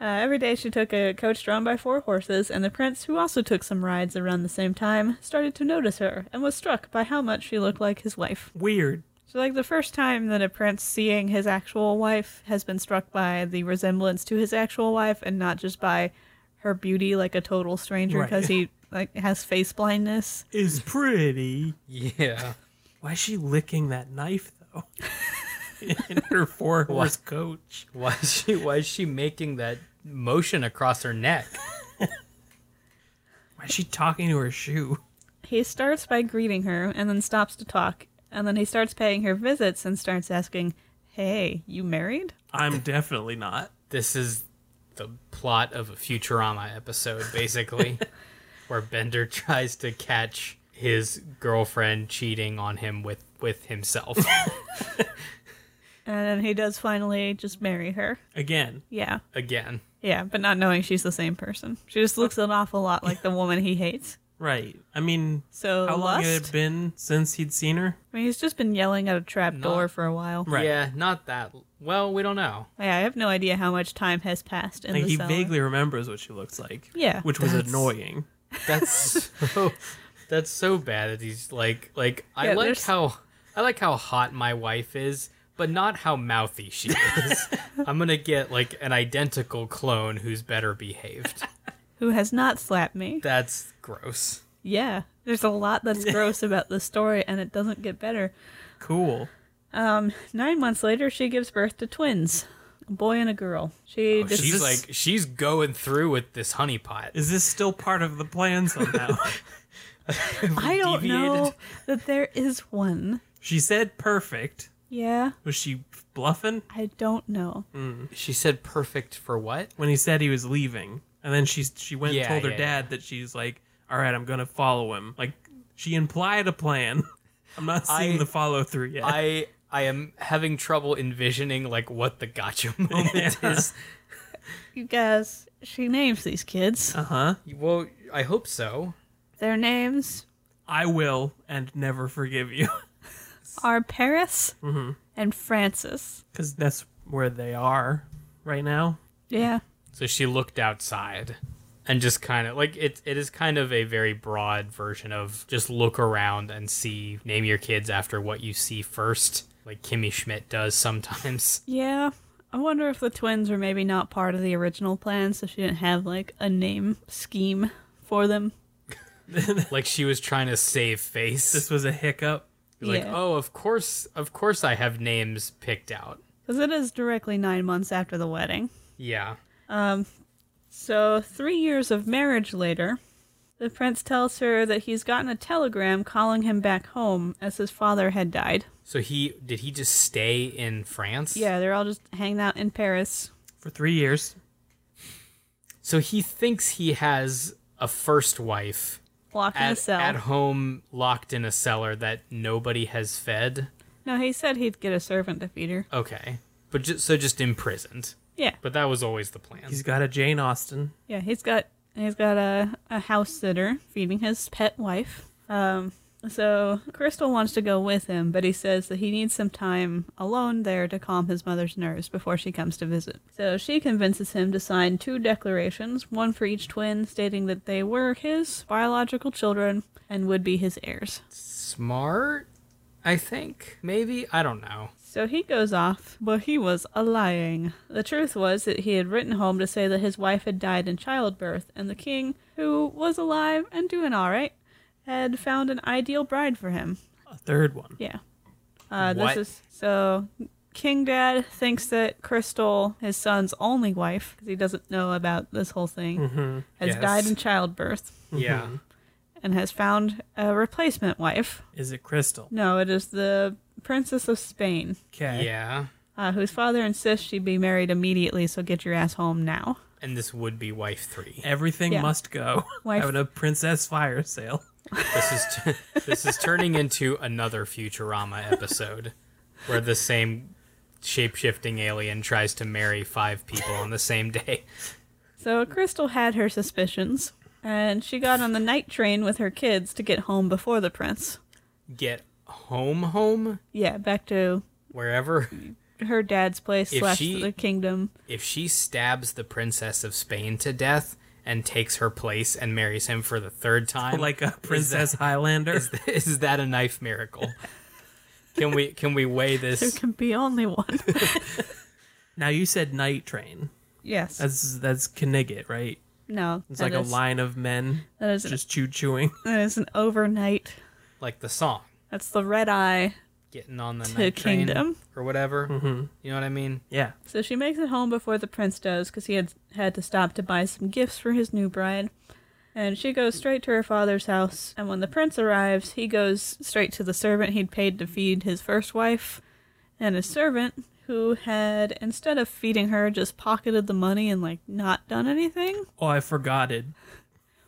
Uh, every day she took a coach drawn by four horses, and the prince, who also took some rides around the same time, started to notice her and was struck by how much she looked like his wife. Weird. So, like, the first time that a prince seeing his actual wife has been struck by the resemblance to his actual wife and not just by her beauty like a total stranger Right. because he like has face blindness. [LAUGHS] Is pretty. Yeah. [LAUGHS] Why is she licking that knife, though? [LAUGHS] In her four horse coach. Why is she why is she making that motion across her neck? Why is she talking to her shoe? He starts by greeting her and then stops to talk, and then he starts paying her visits and starts asking, Hey, you married? I'm definitely not. This is the plot of a Futurama episode, basically, where Bender tries to catch his girlfriend cheating on him with with himself. And then he does finally just marry her. Again, Yeah. Again. Yeah, but not knowing she's the same person. She just looks an awful lot like the woman he hates. right. I mean, So how long had it lust? been since he'd seen her? I mean, he's just been yelling at a trap door for a while. Right. Yeah, not that. Well, we don't know. Yeah, I have no idea how much time has passed in Like, the he cellar. vaguely remembers what she looks like. Yeah. Which was annoying. [LAUGHS] That's so that's so bad that he's like like I Yeah, like there's- how I like how hot my wife is, but not how mouthy [LAUGHS] she is. I'm gonna get like an identical clone who's better behaved. Who has not slapped me? That's gross. Yeah, there's a lot [LAUGHS] that's gross about this story, and it doesn't get better. Cool. Nine months later, she gives birth to twins, a boy and a girl. She just Oh, she's is- like she's going through with this honeypot. Is this still part of the plan [LAUGHS] somehow? I don't deviated. know that there is one. she said perfect. Yeah, Was she bluffing I don't know. Mm. She said perfect for what? when he said he was leaving? And then she she went Yeah, and told her yeah, dad that she's like, "All right, I'm going to follow him." Like she implied a plan. [LAUGHS] I'm not seeing I- the follow through yet. [LAUGHS] I I am having trouble envisioning like what the gotcha [LAUGHS] moment is. You guys, she names these kids. uh-huh. Well, I hope so. Their names I will and never forgive you [LAUGHS] are Paris Mm-hmm. and Francis. cuz that's where they are right now. Yeah. So she looked outside and just kind of like it it is kind of a very broad version of just look around and see name your kids after what you see first, like Kimmy Schmidt does sometimes. [LAUGHS] Yeah. I wonder if the twins were maybe not part of the original plan, so she didn't have like a name scheme for them. like she was trying to save face. [LAUGHS] This was a hiccup. like, yeah. "Oh, of course, of course I have names picked out." Because it is directly nine months after the wedding. Yeah. So, three years of marriage later, the prince tells her that he's gotten a telegram calling him back home as his father had died. So he did he just stay in France? Yeah, they're all just hanging out in Paris. For 3 years. So he thinks he has a first wife Locked in a at, cell. at home locked in a cellar that nobody has fed. no, he said he'd get a servant to feed her. Okay. But just so just imprisoned. Yeah. But that was always the plan. He's got a Jane Austen. Yeah, he's got he's got a, a house sitter feeding his pet wife. Um, So Crystal wants to go with him, but he says that he needs some time alone there to calm his mother's nerves before she comes to visit. So she convinces him to sign two declarations, one for each twin, stating that they were his biological children and would be his heirs. Smart, I think. Maybe. I don't know. So he goes off, but he was a lying. The truth was that he had written home to say that his wife had died in childbirth, and the king, who was alive and doing all right, had found an ideal bride for him. A third one. Yeah. Uh, What? this is so. King Dad thinks that Crystal, his son's only wife, because he doesn't know about this whole thing, has Mm-hmm. Yes. died in childbirth [LAUGHS] Yeah. and has found a replacement wife. Is it Crystal? No, it is the Princess of Spain, Okay. Yeah. uh, whose father insists she be married immediately, so get your ass home now. And this would be wife three. Everything Yeah. must go. Wife- Having a princess fire sale. [LAUGHS] This is t- [LAUGHS] this is turning into another Futurama episode where the same shape-shifting alien tries to marry five people on the same day. So Crystal had her suspicions, and she got on the night train with her kids to get home before the prince. Get home home Yeah, back to wherever her dad's place If slash she- the kingdom. if she stabs the princess of Spain to death and takes her place and marries him for the third [LAUGHS] time Like a princess Highlander. is, [LAUGHS] is that a knife miracle? Can we can we weigh [LAUGHS] There this? can be only one. now you said night train. yes. That's that's Knigget, right? no. It's that like is- a line of men That is, just chew chewing. that is an overnight. Like the song That's the red eye. getting on the To night train kingdom. or whatever. You know what I mean? [LAUGHS] Yeah. So she makes it home before the prince does because he had had to stop to buy some gifts for his new bride. And she goes straight to her father's house. And when the prince arrives, he goes straight to the servant he'd paid to feed his first wife and his servant, who had, instead of feeding her, just pocketed the money and, like, not done anything. Oh, I forgot it.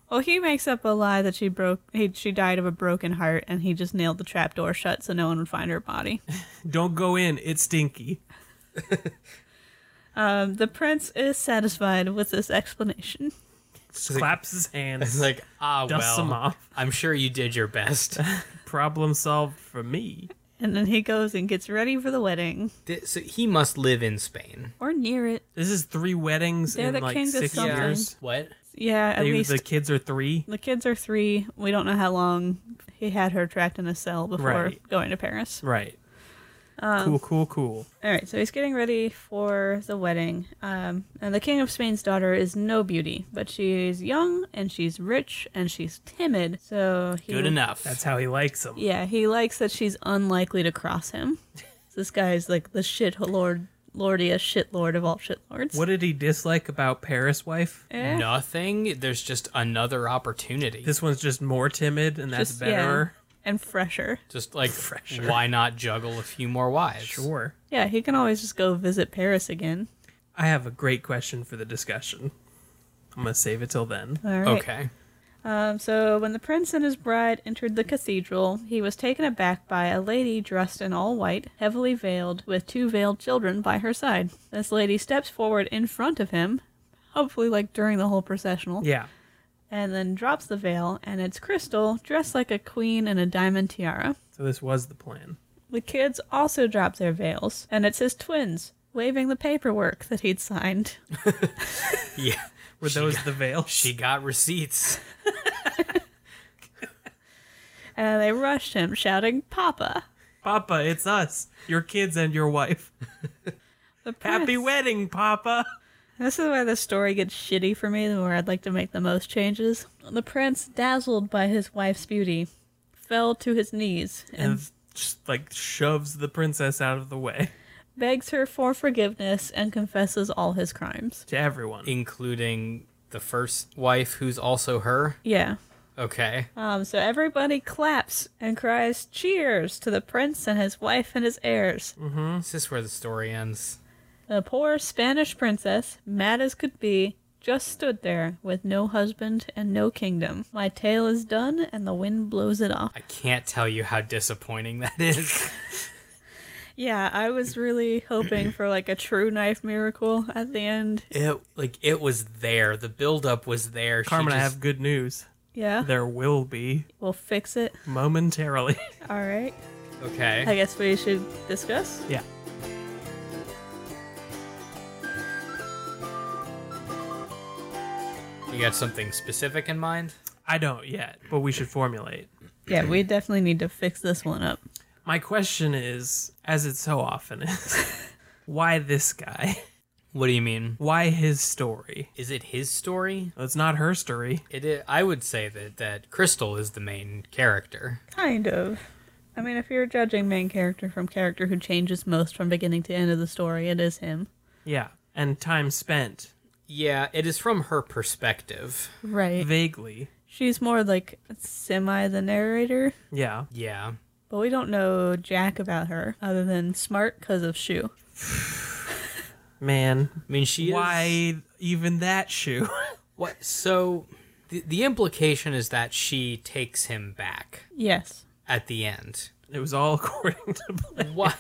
Well, he makes up a lie that she broke. He, she died of a broken heart, and he just nailed the trap door shut so no one would find her body. Don't go in. It's stinky. Um, the prince is satisfied with this explanation. Just claps his hands. It's like ah dusts them well. off. I'm sure you did your [LAUGHS] best. Problem solved for me. And then he goes and gets ready for the wedding Th- so he must live in Spain. or near it. This is three weddings They're in the like kings of six something. years. What? Yeah, at They- least the kids are three. the kids are three. We don't know how long he had her trapped in a cell before Right. going to Paris. Right. Um, cool, cool, cool. All right, so he's getting ready for the wedding. Um, and the King of Spain's daughter is no beauty, but she's young and she's rich and she's timid. So he Good enough. That's how he likes them. Yeah, he likes that she's unlikely to cross him. [LAUGHS] this guy's like the shit lord, lordiest shit lord of all shit lords. What did he dislike about Paris wife? Eh. Nothing. There's just another opportunity. This one's just more timid, and that's Just- better. yeah, and fresher. just like why not juggle a few more wives? Sure. Yeah, he can always just go visit Paris again. I have a great question for the discussion. I'm gonna save it till then. All right. Okay. Um, so when the prince and his bride entered the cathedral, he was taken aback by a lady dressed in all white, heavily veiled, with two veiled children by her side. This lady steps forward in front of him, hopefully like during the whole processional, Yeah. and then drops the veil, and it's Crystal dressed like a queen in a diamond tiara. So this was the plan. The kids also drop their veils, and it's his twins waving the paperwork that [LAUGHS] he'd signed. Yeah. Were those the veils? [LAUGHS] She got receipts. And they rushed him, shouting, "Papa!" Papa, it's us, your kids and your [LAUGHS] wife. The prince. Happy wedding, Papa. This is where the story gets shitty for me, where I'd like to make the most changes. The prince, dazzled by his wife's beauty, fell to his knees and, And just like shoves the princess out of the way [LAUGHS] begs her for forgiveness and confesses all his crimes. to everyone. including the first wife who's also her. Yeah. Okay. Um, so everybody claps and cries cheers to the prince and his wife and his heirs. This is where the story ends. The poor Spanish princess, mad as could be, just stood there with no husband and no kingdom. My tale is done and the wind blows it off. I can't tell you how disappointing that [LAUGHS] is. Yeah, I was really hoping for like a true knife miracle at the end. it like it was there. The buildup was there. She Carmen, I just- have good news. Yeah. There will be We'll fix it. momentarily. [LAUGHS] All right. Okay. I guess we should discuss. yeah. You got something specific in mind? I don't yet, but we should formulate. Yeah, we definitely need to fix this one up. My question is, as it so often is, [LAUGHS] why this guy? What do you mean? Why his story? Is it his story? It's not her story. It I, I would say that that Crystal is the main character. Kind of. I mean, if you're judging main character from character who changes most from beginning to end of the story, it is him. Yeah. And time spent Yeah, it is from her perspective. Right. vaguely. She's more like semi the narrator, Yeah. Yeah. but we don't know jack about her other than smart because of shoe. Man, I mean, she is. why even that shoe? [LAUGHS] What? So, the, the implication is that she takes him back Yes. at the end. it was all according to plan. What?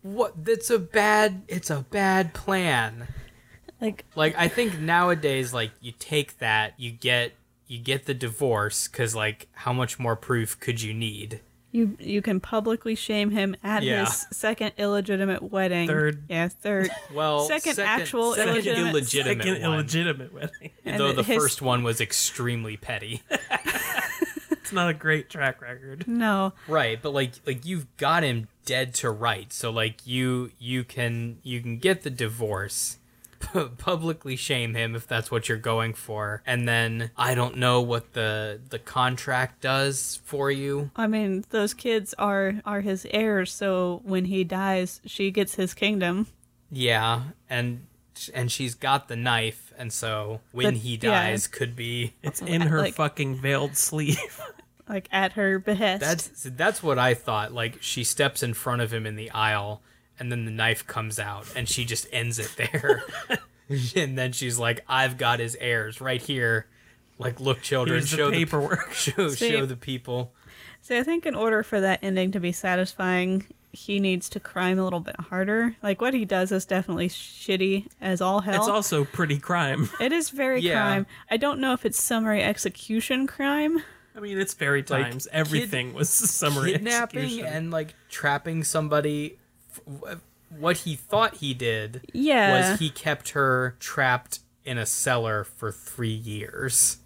What? That's a bad. It's a bad plan. Like, like i think nowadays like you take that you get you get the divorce because like how much more proof could you need you you can publicly shame him at Yeah. his second illegitimate wedding. Third. Yeah, [LAUGHS] third. well Second actual second illegitimate- illegitimate, Second one, illegitimate wedding. And though the his- first one was extremely petty [LAUGHS] It's not a great track record. No. right but like like you've got him dead to rights so like you you can you can get the divorce [LAUGHS] pu- publicly shame him if that's what you're going for and then i don't know what the the contract does for you I mean, those kids are are his heirs, so when he dies, she gets his kingdom. Yeah, and and she's got the knife, and so when But- he yeah. dies could be It's in her Like- fucking veiled sleeve. like at her behest. that's that's what I thought. Like she steps in front of him in the aisle, and then the knife comes out, and she just ends it there. [LAUGHS] and then she's like, "I've got his heirs right here." Like, look, children, Here's show the paperwork. [LAUGHS] show See- show the people. so I think in order for that ending to be satisfying, he needs to crime a little bit harder. Like what he does is definitely shitty as all hell. It's also pretty crime. It is very Yeah. crime. I don't know if it's summary execution crime. I mean, it's fairy times. Everything was summary [LAUGHS] Kidnapping execution. and like trapping somebody. f- w- What he thought he did Yeah. was he kept her trapped in a cellar for three years.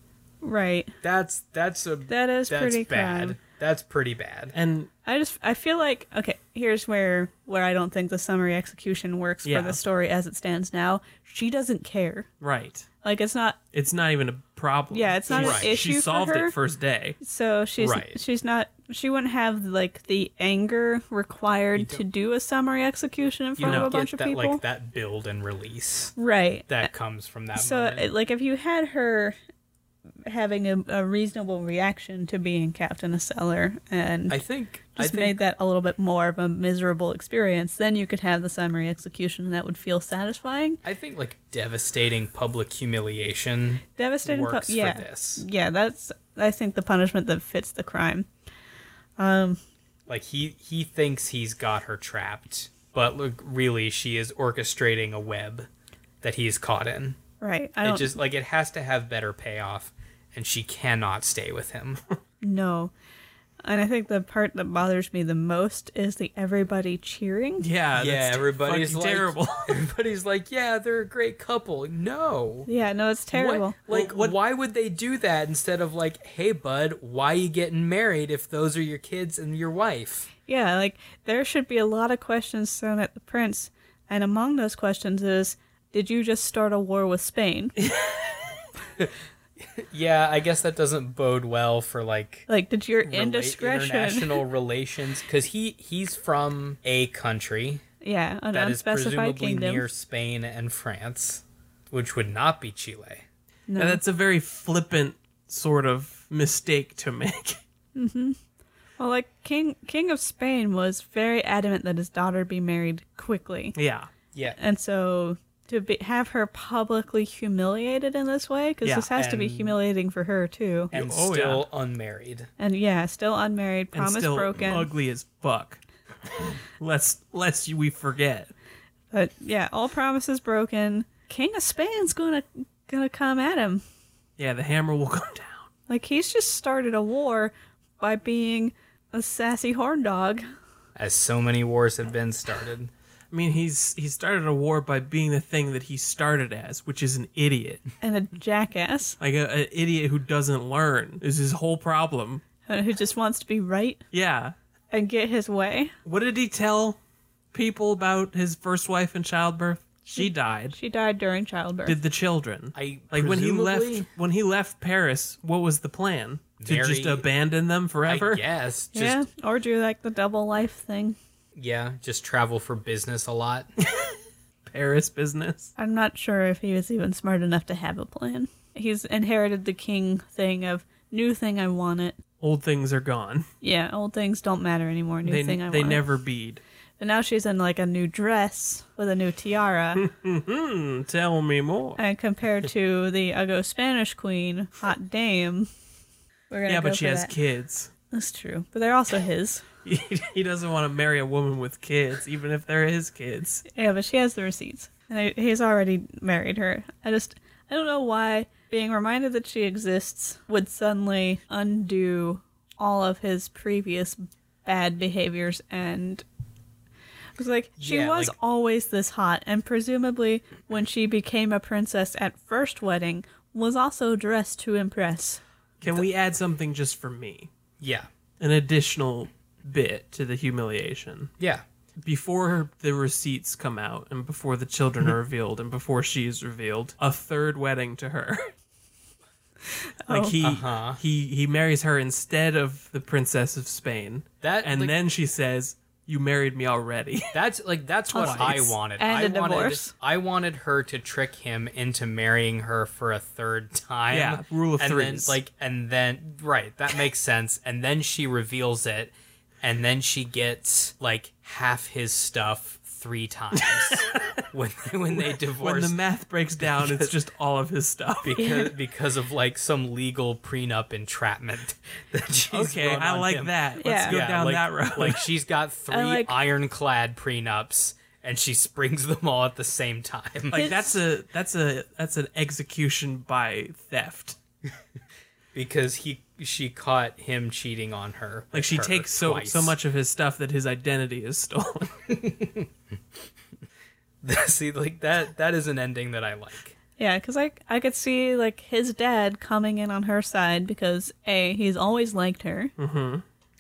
Right. That's that's a That is that's pretty bad. crime. That's pretty bad. and I just I feel like okay, here's where where I don't think the summary execution works Yeah. for the story as it stands now. She doesn't care. right, Like it's not it's not even a problem. Yeah, it's not an She- issue She for solved her. it first day. So she's Right. she's not she wouldn't have like the anger required to do a summary execution in You front of a get bunch of that people. like that build and release Right. that comes from that. so moment. it- like if you had her having a, a reasonable reaction to being kept in a cellar and I think I just think made that a little bit more of a miserable experience, then you could have the summary execution and that would feel satisfying. I think like devastating public humiliation Devastating. pu- works yeah. for this. Yeah, that's I think the punishment that fits the crime. Like he he thinks he's got her trapped, but look, really she is orchestrating a web that he's caught in. Right. I It don't just like it has to have better payoff, and she cannot stay with him. No. And I think the part that bothers me the most is the everybody cheering. [LAUGHS] Yeah, yeah, that's everybody's fucking like, terrible. [LAUGHS] Everybody's like, yeah, they're a great couple. No. Yeah, no, it's terrible. What, like, why would they do that instead of like, hey, bud, why you getting married if those are your kids and your wife? Yeah, like there should be a lot of questions thrown at the prince, and among those questions is, did you just start a war with [LAUGHS] Spain? Yeah, I guess that doesn't bode well [LAUGHS] for like like, did your rela- indiscretion? international relations because he he's from a country [LAUGHS] Yeah, an that is unspecified presumably kingdom. near Spain and France, which would not be Chile. And that's a very flippant sort of mistake to make. [LAUGHS] Well, like King King of Spain was very adamant that his daughter be married quickly, Yeah, Yeah, and so to be, have her publicly humiliated in this way, because Yeah, this has to be and- humiliating for her too. and oh, yeah. still unmarried. And yeah, still unmarried, and promise still broken. ugly as fuck. [LAUGHS] lest lest you- we forget. But yeah, all promises broken. King of Spain's gonna gonna come at him. Yeah, the hammer will [LAUGHS] come down. Like he's just started a war by being a sassy horn dog. as so many wars have been started. I mean, he's he started a war by being the thing that he started as, which is an idiot, and a jackass like a, an idiot who doesn't learn is his whole problem. uh, who just wants to be right Yeah. and get his way. What did he tell people about his first wife in childbirth? She died. She died during childbirth. Did the children? I- like when he left presumably- when he left Paris. What was the plan? To just Very- abandon them forever? I guess just yeah, yeah. or do like the double life thing. just travel for business a lot. Paris business. I'm not sure if he was even smart enough to have a plan. He's inherited the king thing of new thing I want it. Old things are gone. Yeah, old things don't matter anymore. New They thing I they want. never bead. And now she's in like a new dress with a new [LAUGHS] tiara, Hmm, Tell me more. and compared to the Ugo Spanish queen, hot dame. We're gonna Yeah, go but she for has that. kids. [LAUGHS] That's true, but they're also his. he doesn't want to marry a woman with kids, even if they're his kids. Yeah, but she has the receipts, and I, he's already married her. I just I don't know why being reminded that she exists would suddenly undo all of his previous bad behaviors and. It was like she Yeah, was like- always this hot, and presumably when she became a princess at first wedding, was also dressed to impress. Can we add something just for me? yeah. An additional bit to the humiliation. Yeah. Before the receipts come out and before the children [LAUGHS] are revealed and before she is revealed, a third wedding to her. [LAUGHS] like Oh. he Uh-huh. he he marries her instead of the princess of Spain. That- and like- then she says, "You married me already." That's like that's what I wanted. And I a wanted divorce. I wanted her to trick him into marrying her for a third time. Yeah, rule of and threes. Then, like and then [LAUGHS] right, that makes sense. And then she reveals it and then she gets like half his stuff [LAUGHS] three times when when they when divorce the math breaks down, it's just all of his stuff. because because of like some legal prenup entrapment [LAUGHS] that [LAUGHS] she's Okay, run I on like him. that. Let's Yeah. go Yeah, down like, that road. like she's got three like- ironclad prenups and she springs them all at the same time. [LAUGHS] like that's a that's a that's an execution by theft. [LAUGHS] because he she caught him cheating on her. Like with she her takes so twice. so much of his stuff that his identity is [LAUGHS] stolen. [LAUGHS] See, like that that is an ending that I like. Yeah, because I I could see like his dad coming in on her side because a he's always liked her, Hmm.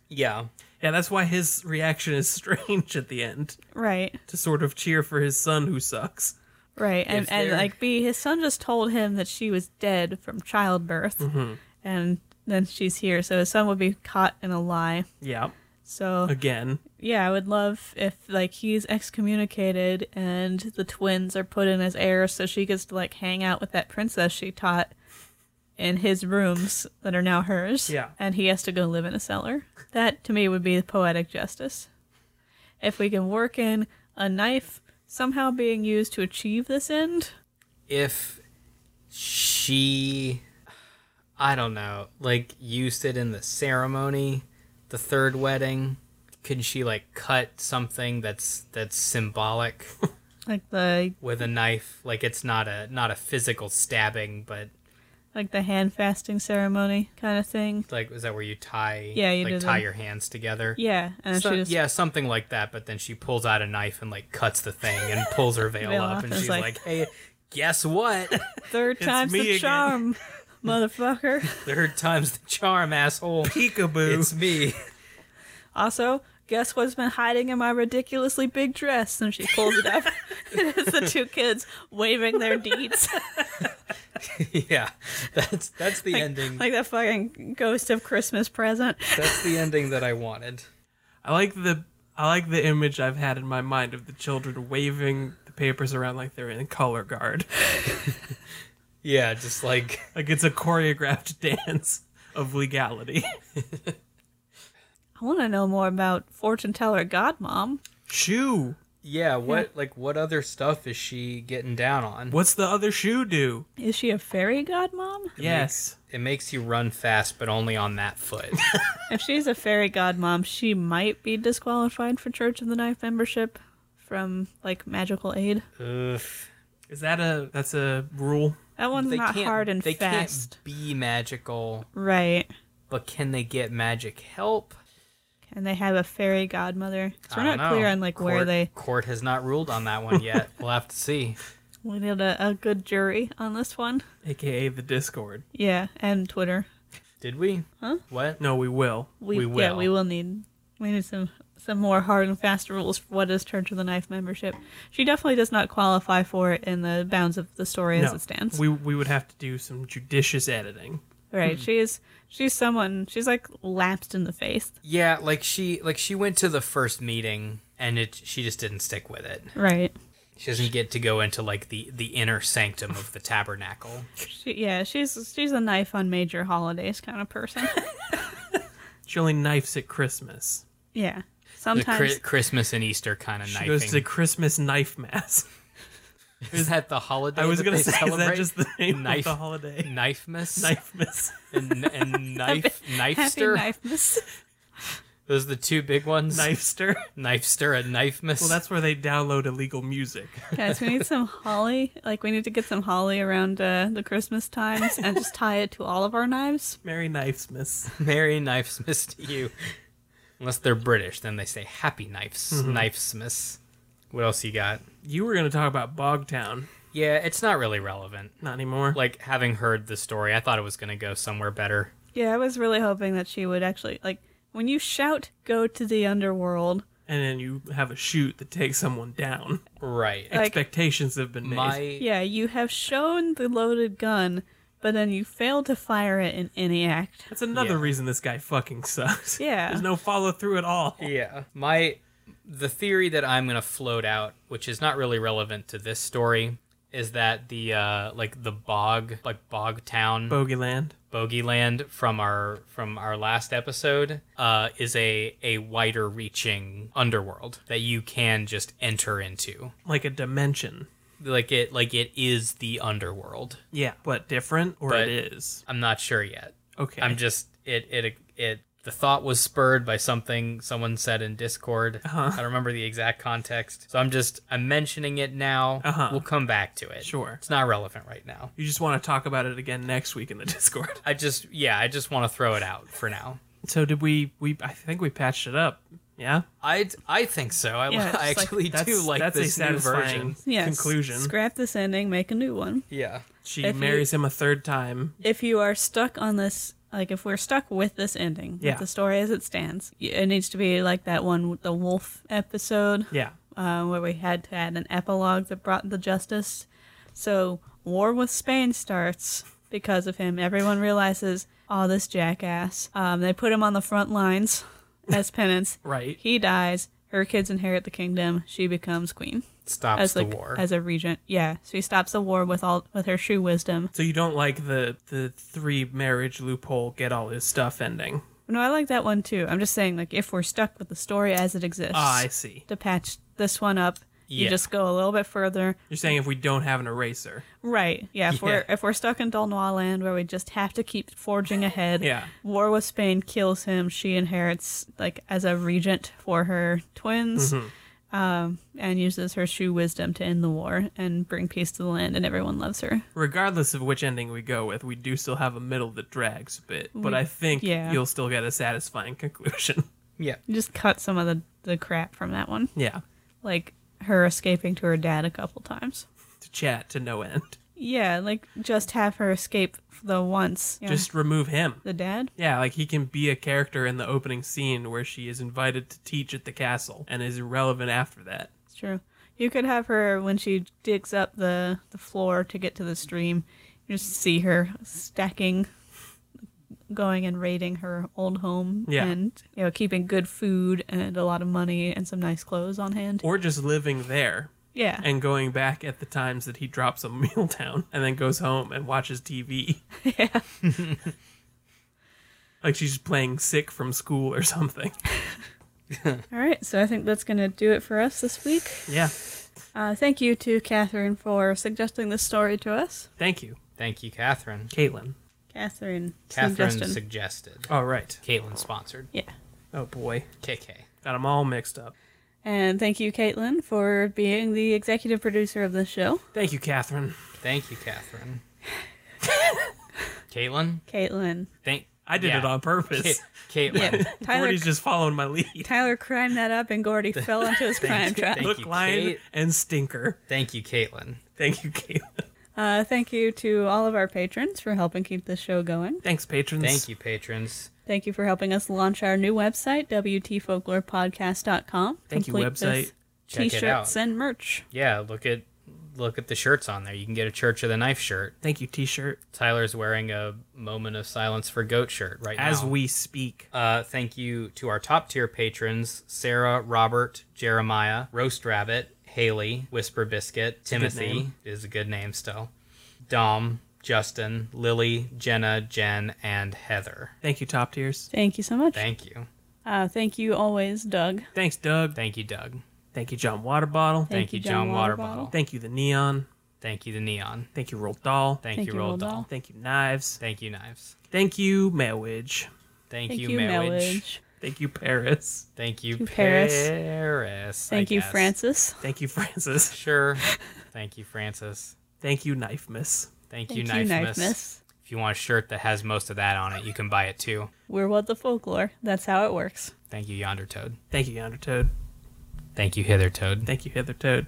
Yeah. yeah, that's why his reaction is [LAUGHS] strange at the end right? to sort of cheer for his son who sucks. Right, and, and they're- like B, his son just told him that she was dead from childbirth, and then she's here, so his son would be caught in a lie. Yeah, So again, yeah, I would love if like he's excommunicated and the twins are put in as heirs, so she gets to like hang out with that princess she taught in his rooms that are now hers. Yeah. and he has to go live in a cellar. That to me would be poetic justice. If we can work in a knife somehow being used to achieve this end. If she I don't know, like used it in the ceremony, the third wedding, could she like cut something that's that's symbolic like the with a knife? Like it's not a not a physical stabbing, but like the hand fasting ceremony kind of thing. like is that where you tie Yeah, you do like tie the- your hands together? Yeah, and So- she just yeah, something like that. But then she pulls out a knife and like cuts the thing [LAUGHS] and pulls her veil, Veil up, off, and it's she's like- like, "Hey, guess [LAUGHS] what? third time's me the again. charm, motherfucker. Third time's the charm, asshole. peekaboo. It's me." [LAUGHS] Also, guess what's been hiding in my ridiculously big dress? And she pulls it up. [LAUGHS] it's the two kids waving their deeds yeah, that's that's the [LAUGHS] ending. like that fucking ghost of Christmas present. that's the ending that I wanted. I like the I like the image I've had in my mind of the children waving the papers around like they're in color guard. [LAUGHS] Yeah, just like Like it's a choreographed [LAUGHS] dance of legality. I want to know more about fortune teller godmom. Shoe. yeah, what like what other stuff is she getting down on? What's the other shoe do? Is she a fairy godmom? Yes. It makes you run fast, but only on [LAUGHS] that foot. If she's a fairy godmom, she might be disqualified for Church of the Knife membership from like magical aid. Ugh. Is that a that's a rule? That one's they not can't, hard and they fast. can't be magical, Right. but can they get magic help? And they have a fairy godmother. So I we're don't not know. clear on like where Court- they court has not ruled on that one [LAUGHS] yet. we'll have to see. we need a, a good jury on this one. aka the Discord. Yeah, and Twitter. Did we? Huh? What? No, we will. We, We yeah, will. we will need we need some some more hard and fast rules for what is Church of the Knife membership. She definitely does not qualify for it in the bounds of the story as no, it stands. we we would have to do some judicious editing. right. Hmm. She's she's someone she's like lapsed in the faith. Yeah, like she like she went to the first meeting and it she just didn't stick with it. [LAUGHS] Right. She doesn't get to go into like the the inner sanctum of the tabernacle. She, yeah, she's she's a knife on major holidays kind of [LAUGHS] person. She only knifes at Christmas. yeah. The Sometimes Chri- Christmas and Easter kind of She knifing. goes to Christmas knife mass. [LAUGHS] is that the holiday? I was that gonna they say, is celebrate? that just the name of knife the holiday? [LAUGHS] [LAUGHS] Knife miss Knife [LAUGHS] mass. and, and knife Happy knifester. knife miss. Those are the two big ones. Knifester. knifester and knife miss. Well, that's where they download illegal music. [LAUGHS] Guys, we need some holly. Like, we need to get some holly around uh, the Christmas times and just tie it to all of our knives. Merry Knives Miss. [LAUGHS] Merry knifesmiths to you. Unless they're British, then they say happy knives knifesmiths. What else you got? You were going to talk about Bogtown. Yeah, it's not really relevant. Not anymore. Like having heard the story, I thought it was gonna go somewhere better. Yeah, I was really hoping that she would actually, like, when you shout, go to the underworld. and then you have a shoot that takes someone down. Right. Like- Expectations have been made. My Yeah, you have shown the loaded gun, but then you fail to fire it in any act. That's another Yeah. reason this guy fucking sucks. [LAUGHS] Yeah. There's no follow through at all. Yeah. My the theory that I'm going to float out, which is not really relevant to this story, is that the uh like the bog, like bog town Bogeyland. Bogeyland from our from our last episode uh, is a a wider reaching underworld that you can just enter into. Like a dimension. Like it like it is the underworld. Yeah. But different, or But- it is. I'm not sure yet. Okay. I'm just it it it the thought was spurred by something someone said in Discord. Uh-huh. I don't remember the exact context. So I'm just I'm mentioning it now. Uh-huh. We'll come back to it. Sure. It's not relevant right now. You just want to talk about it again next week in the [LAUGHS] Discord. I just yeah, I just want to throw it out for now. So did we? We I think we patched it up. Yeah. I I think so. I, Yeah, [LAUGHS] I it's like- actually That's do like that's this a new satisfying version. Yes. conclusion. Scrap this ending, make a new one. Yeah. She If you- marries him a third time. if you are stuck on this like if we're stuck with this ending Yeah. with the story as it stands y- it needs to be like that one with the wolf episode Yeah. uh, where we had to add an epilogue that brought the justice so war with spain starts because of him everyone realizes oh this jackass um, they put him on the front lines as [LAUGHS] penance Right. he dies her kids inherit the kingdom she becomes queen Stops as the like war. as a regent yeah so he stops the war with all with her true wisdom So you don't like the the three marriage loophole get all his stuff ending. No, I like that one too. I'm just saying, like, if we're stuck with the story as it exists, Ah, I see. to patch this one up, Yeah. you just go a little bit further. You're saying if we don't have an eraser. Right. Yeah. If we're if we're stuck in Dol Noir land where we just have to keep forging ahead. Yeah. War with Spain kills him. She inherits like as a regent for her twins. Mm-hmm. Um, and uses her shoe wisdom to end the war and bring peace to the land, and everyone loves her. Regardless of which ending we go with, we do still have a middle that drags a bit. But I think yeah. you'll still get a satisfying conclusion. [LAUGHS] yeah. You just cut some of the, the crap from that one, yeah. like her escaping to her dad a couple times. To chat to no end. Yeah, like just have her escape the once. Yeah. Just remove him. the dad. Yeah, like he can be a character in the opening scene where she is invited to teach at the castle and is irrelevant after that. It's true. You could have her when she digs up the the floor to get to the stream. You just see her stacking, going and raiding her old home, Yeah. and you know keeping good food and a lot of money and some nice clothes on hand. Or just living there Yeah, and going back at the times that he drops a [LAUGHS] meal down and then goes home and watches TV. Yeah. like she's playing sick from school or something. All right, so I think that's going to do it for us this week. Yeah. Uh, thank you to Catherine for suggesting this story to us. Thank you, Thank you, Catherine. Caitlin. Catherine, Catherine suggestion. suggested. All right. Caitlin sponsored. yeah. Oh boy. KK. Got them all mixed up. And thank [LAUGHS] you, Caitlin, for being the executive producer of this show. Thank you, Catherine. Thank you, Catherine. Caitlin? Caitlin. Thank I did it Yeah. on purpose. Ca- Caitlin. Yeah, Tyler. Gordy's just following my lead. Tyler crimed that up, and [LAUGHS] Gordy fell into his crime trap. Thank Hook, you, line, Kate. and stinker. Thank you, Caitlin. Thank you, Caitlin. Uh, thank you to all of our patrons for helping keep this show going. Thanks, patrons. Thank you, patrons. Thank you for helping us launch our new website, WTFolklorePodcast.com. Thank you, Complete website. with Check it T-shirts out. and merch. Yeah, look at look at the shirts on there. You can get a Church of the Knife shirt. Thank you, T-shirt. Tyler's wearing a Moment of Silence for Goat shirt right now. As we speak, Uh, thank you to our top tier patrons Sarah, Robert, Jeremiah, Roast Rabbit, Haley, Whisper Biscuit, Timothy name. is a good name still, Dom, Justin, Lily, Jenna, Jen, and Heather. thank you, top tiers. Thank you so much. Thank you. Uh, thank you always, Doug. Thanks, Doug. Thank you, Doug. Thank you, John Waterbottle. Thank Thank, you, you, John, John Waterbottle. Waterbottle. Thank you, the Neon. Thank you, the Neon. Thank you, Roll Doll. Thank, you, Roll Doll. Thank you, Knives. Thank you, Knives. Thank you, Mailwidge. Thank, Thank you, you, Melwidge. Marriage. Thank you, Paris. Thank you, you, Paris. Paris. I Thank you, guess. Francis. Thank you, [LAUGHS] Francis. Sure. Thank you, Francis. Thank you, Knife Miss. Thank, Thank you, Knife, Miss. Miss. If you want a shirt that has most of that on it, you can buy it too. We're what the folklore. That's how it works. Thank you, Yonder Toad. Thank you, Yonder Toad. Thank you, Hither Toad. Thank you, Hither Toad.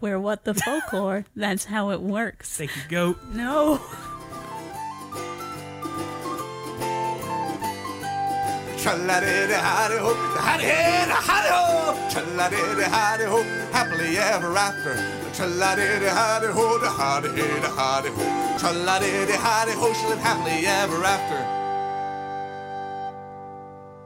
We're what the folklore. [LAUGHS] That's how it works. Thank you, Goat. No. Tra-la-di-di-hi-di-ho, hi-di-hi-di-hi-di-ho. Tra-la-di-di-hi-di-ho, happily ever after. Tra-la-di-di-hi-di-ho, da-hi-di-hi-di-hi-di-ho. Tra-la-di-di-hi-di-ho, she lived happily ever after.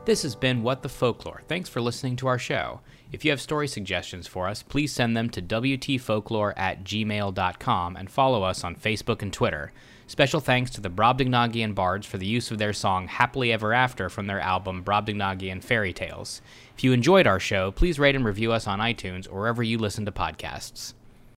This has been What the Folklore. Thanks for listening to our show. If you have story suggestions for us, please send them to WTFolklore at gmail.com and follow us on Facebook and Twitter. Special thanks to the Brobdingnagian Bards for the use of their song Happily Ever After from their album Brobdingnagian Fairy Tales. If you enjoyed our show, please rate and review us on iTunes or wherever you listen to podcasts.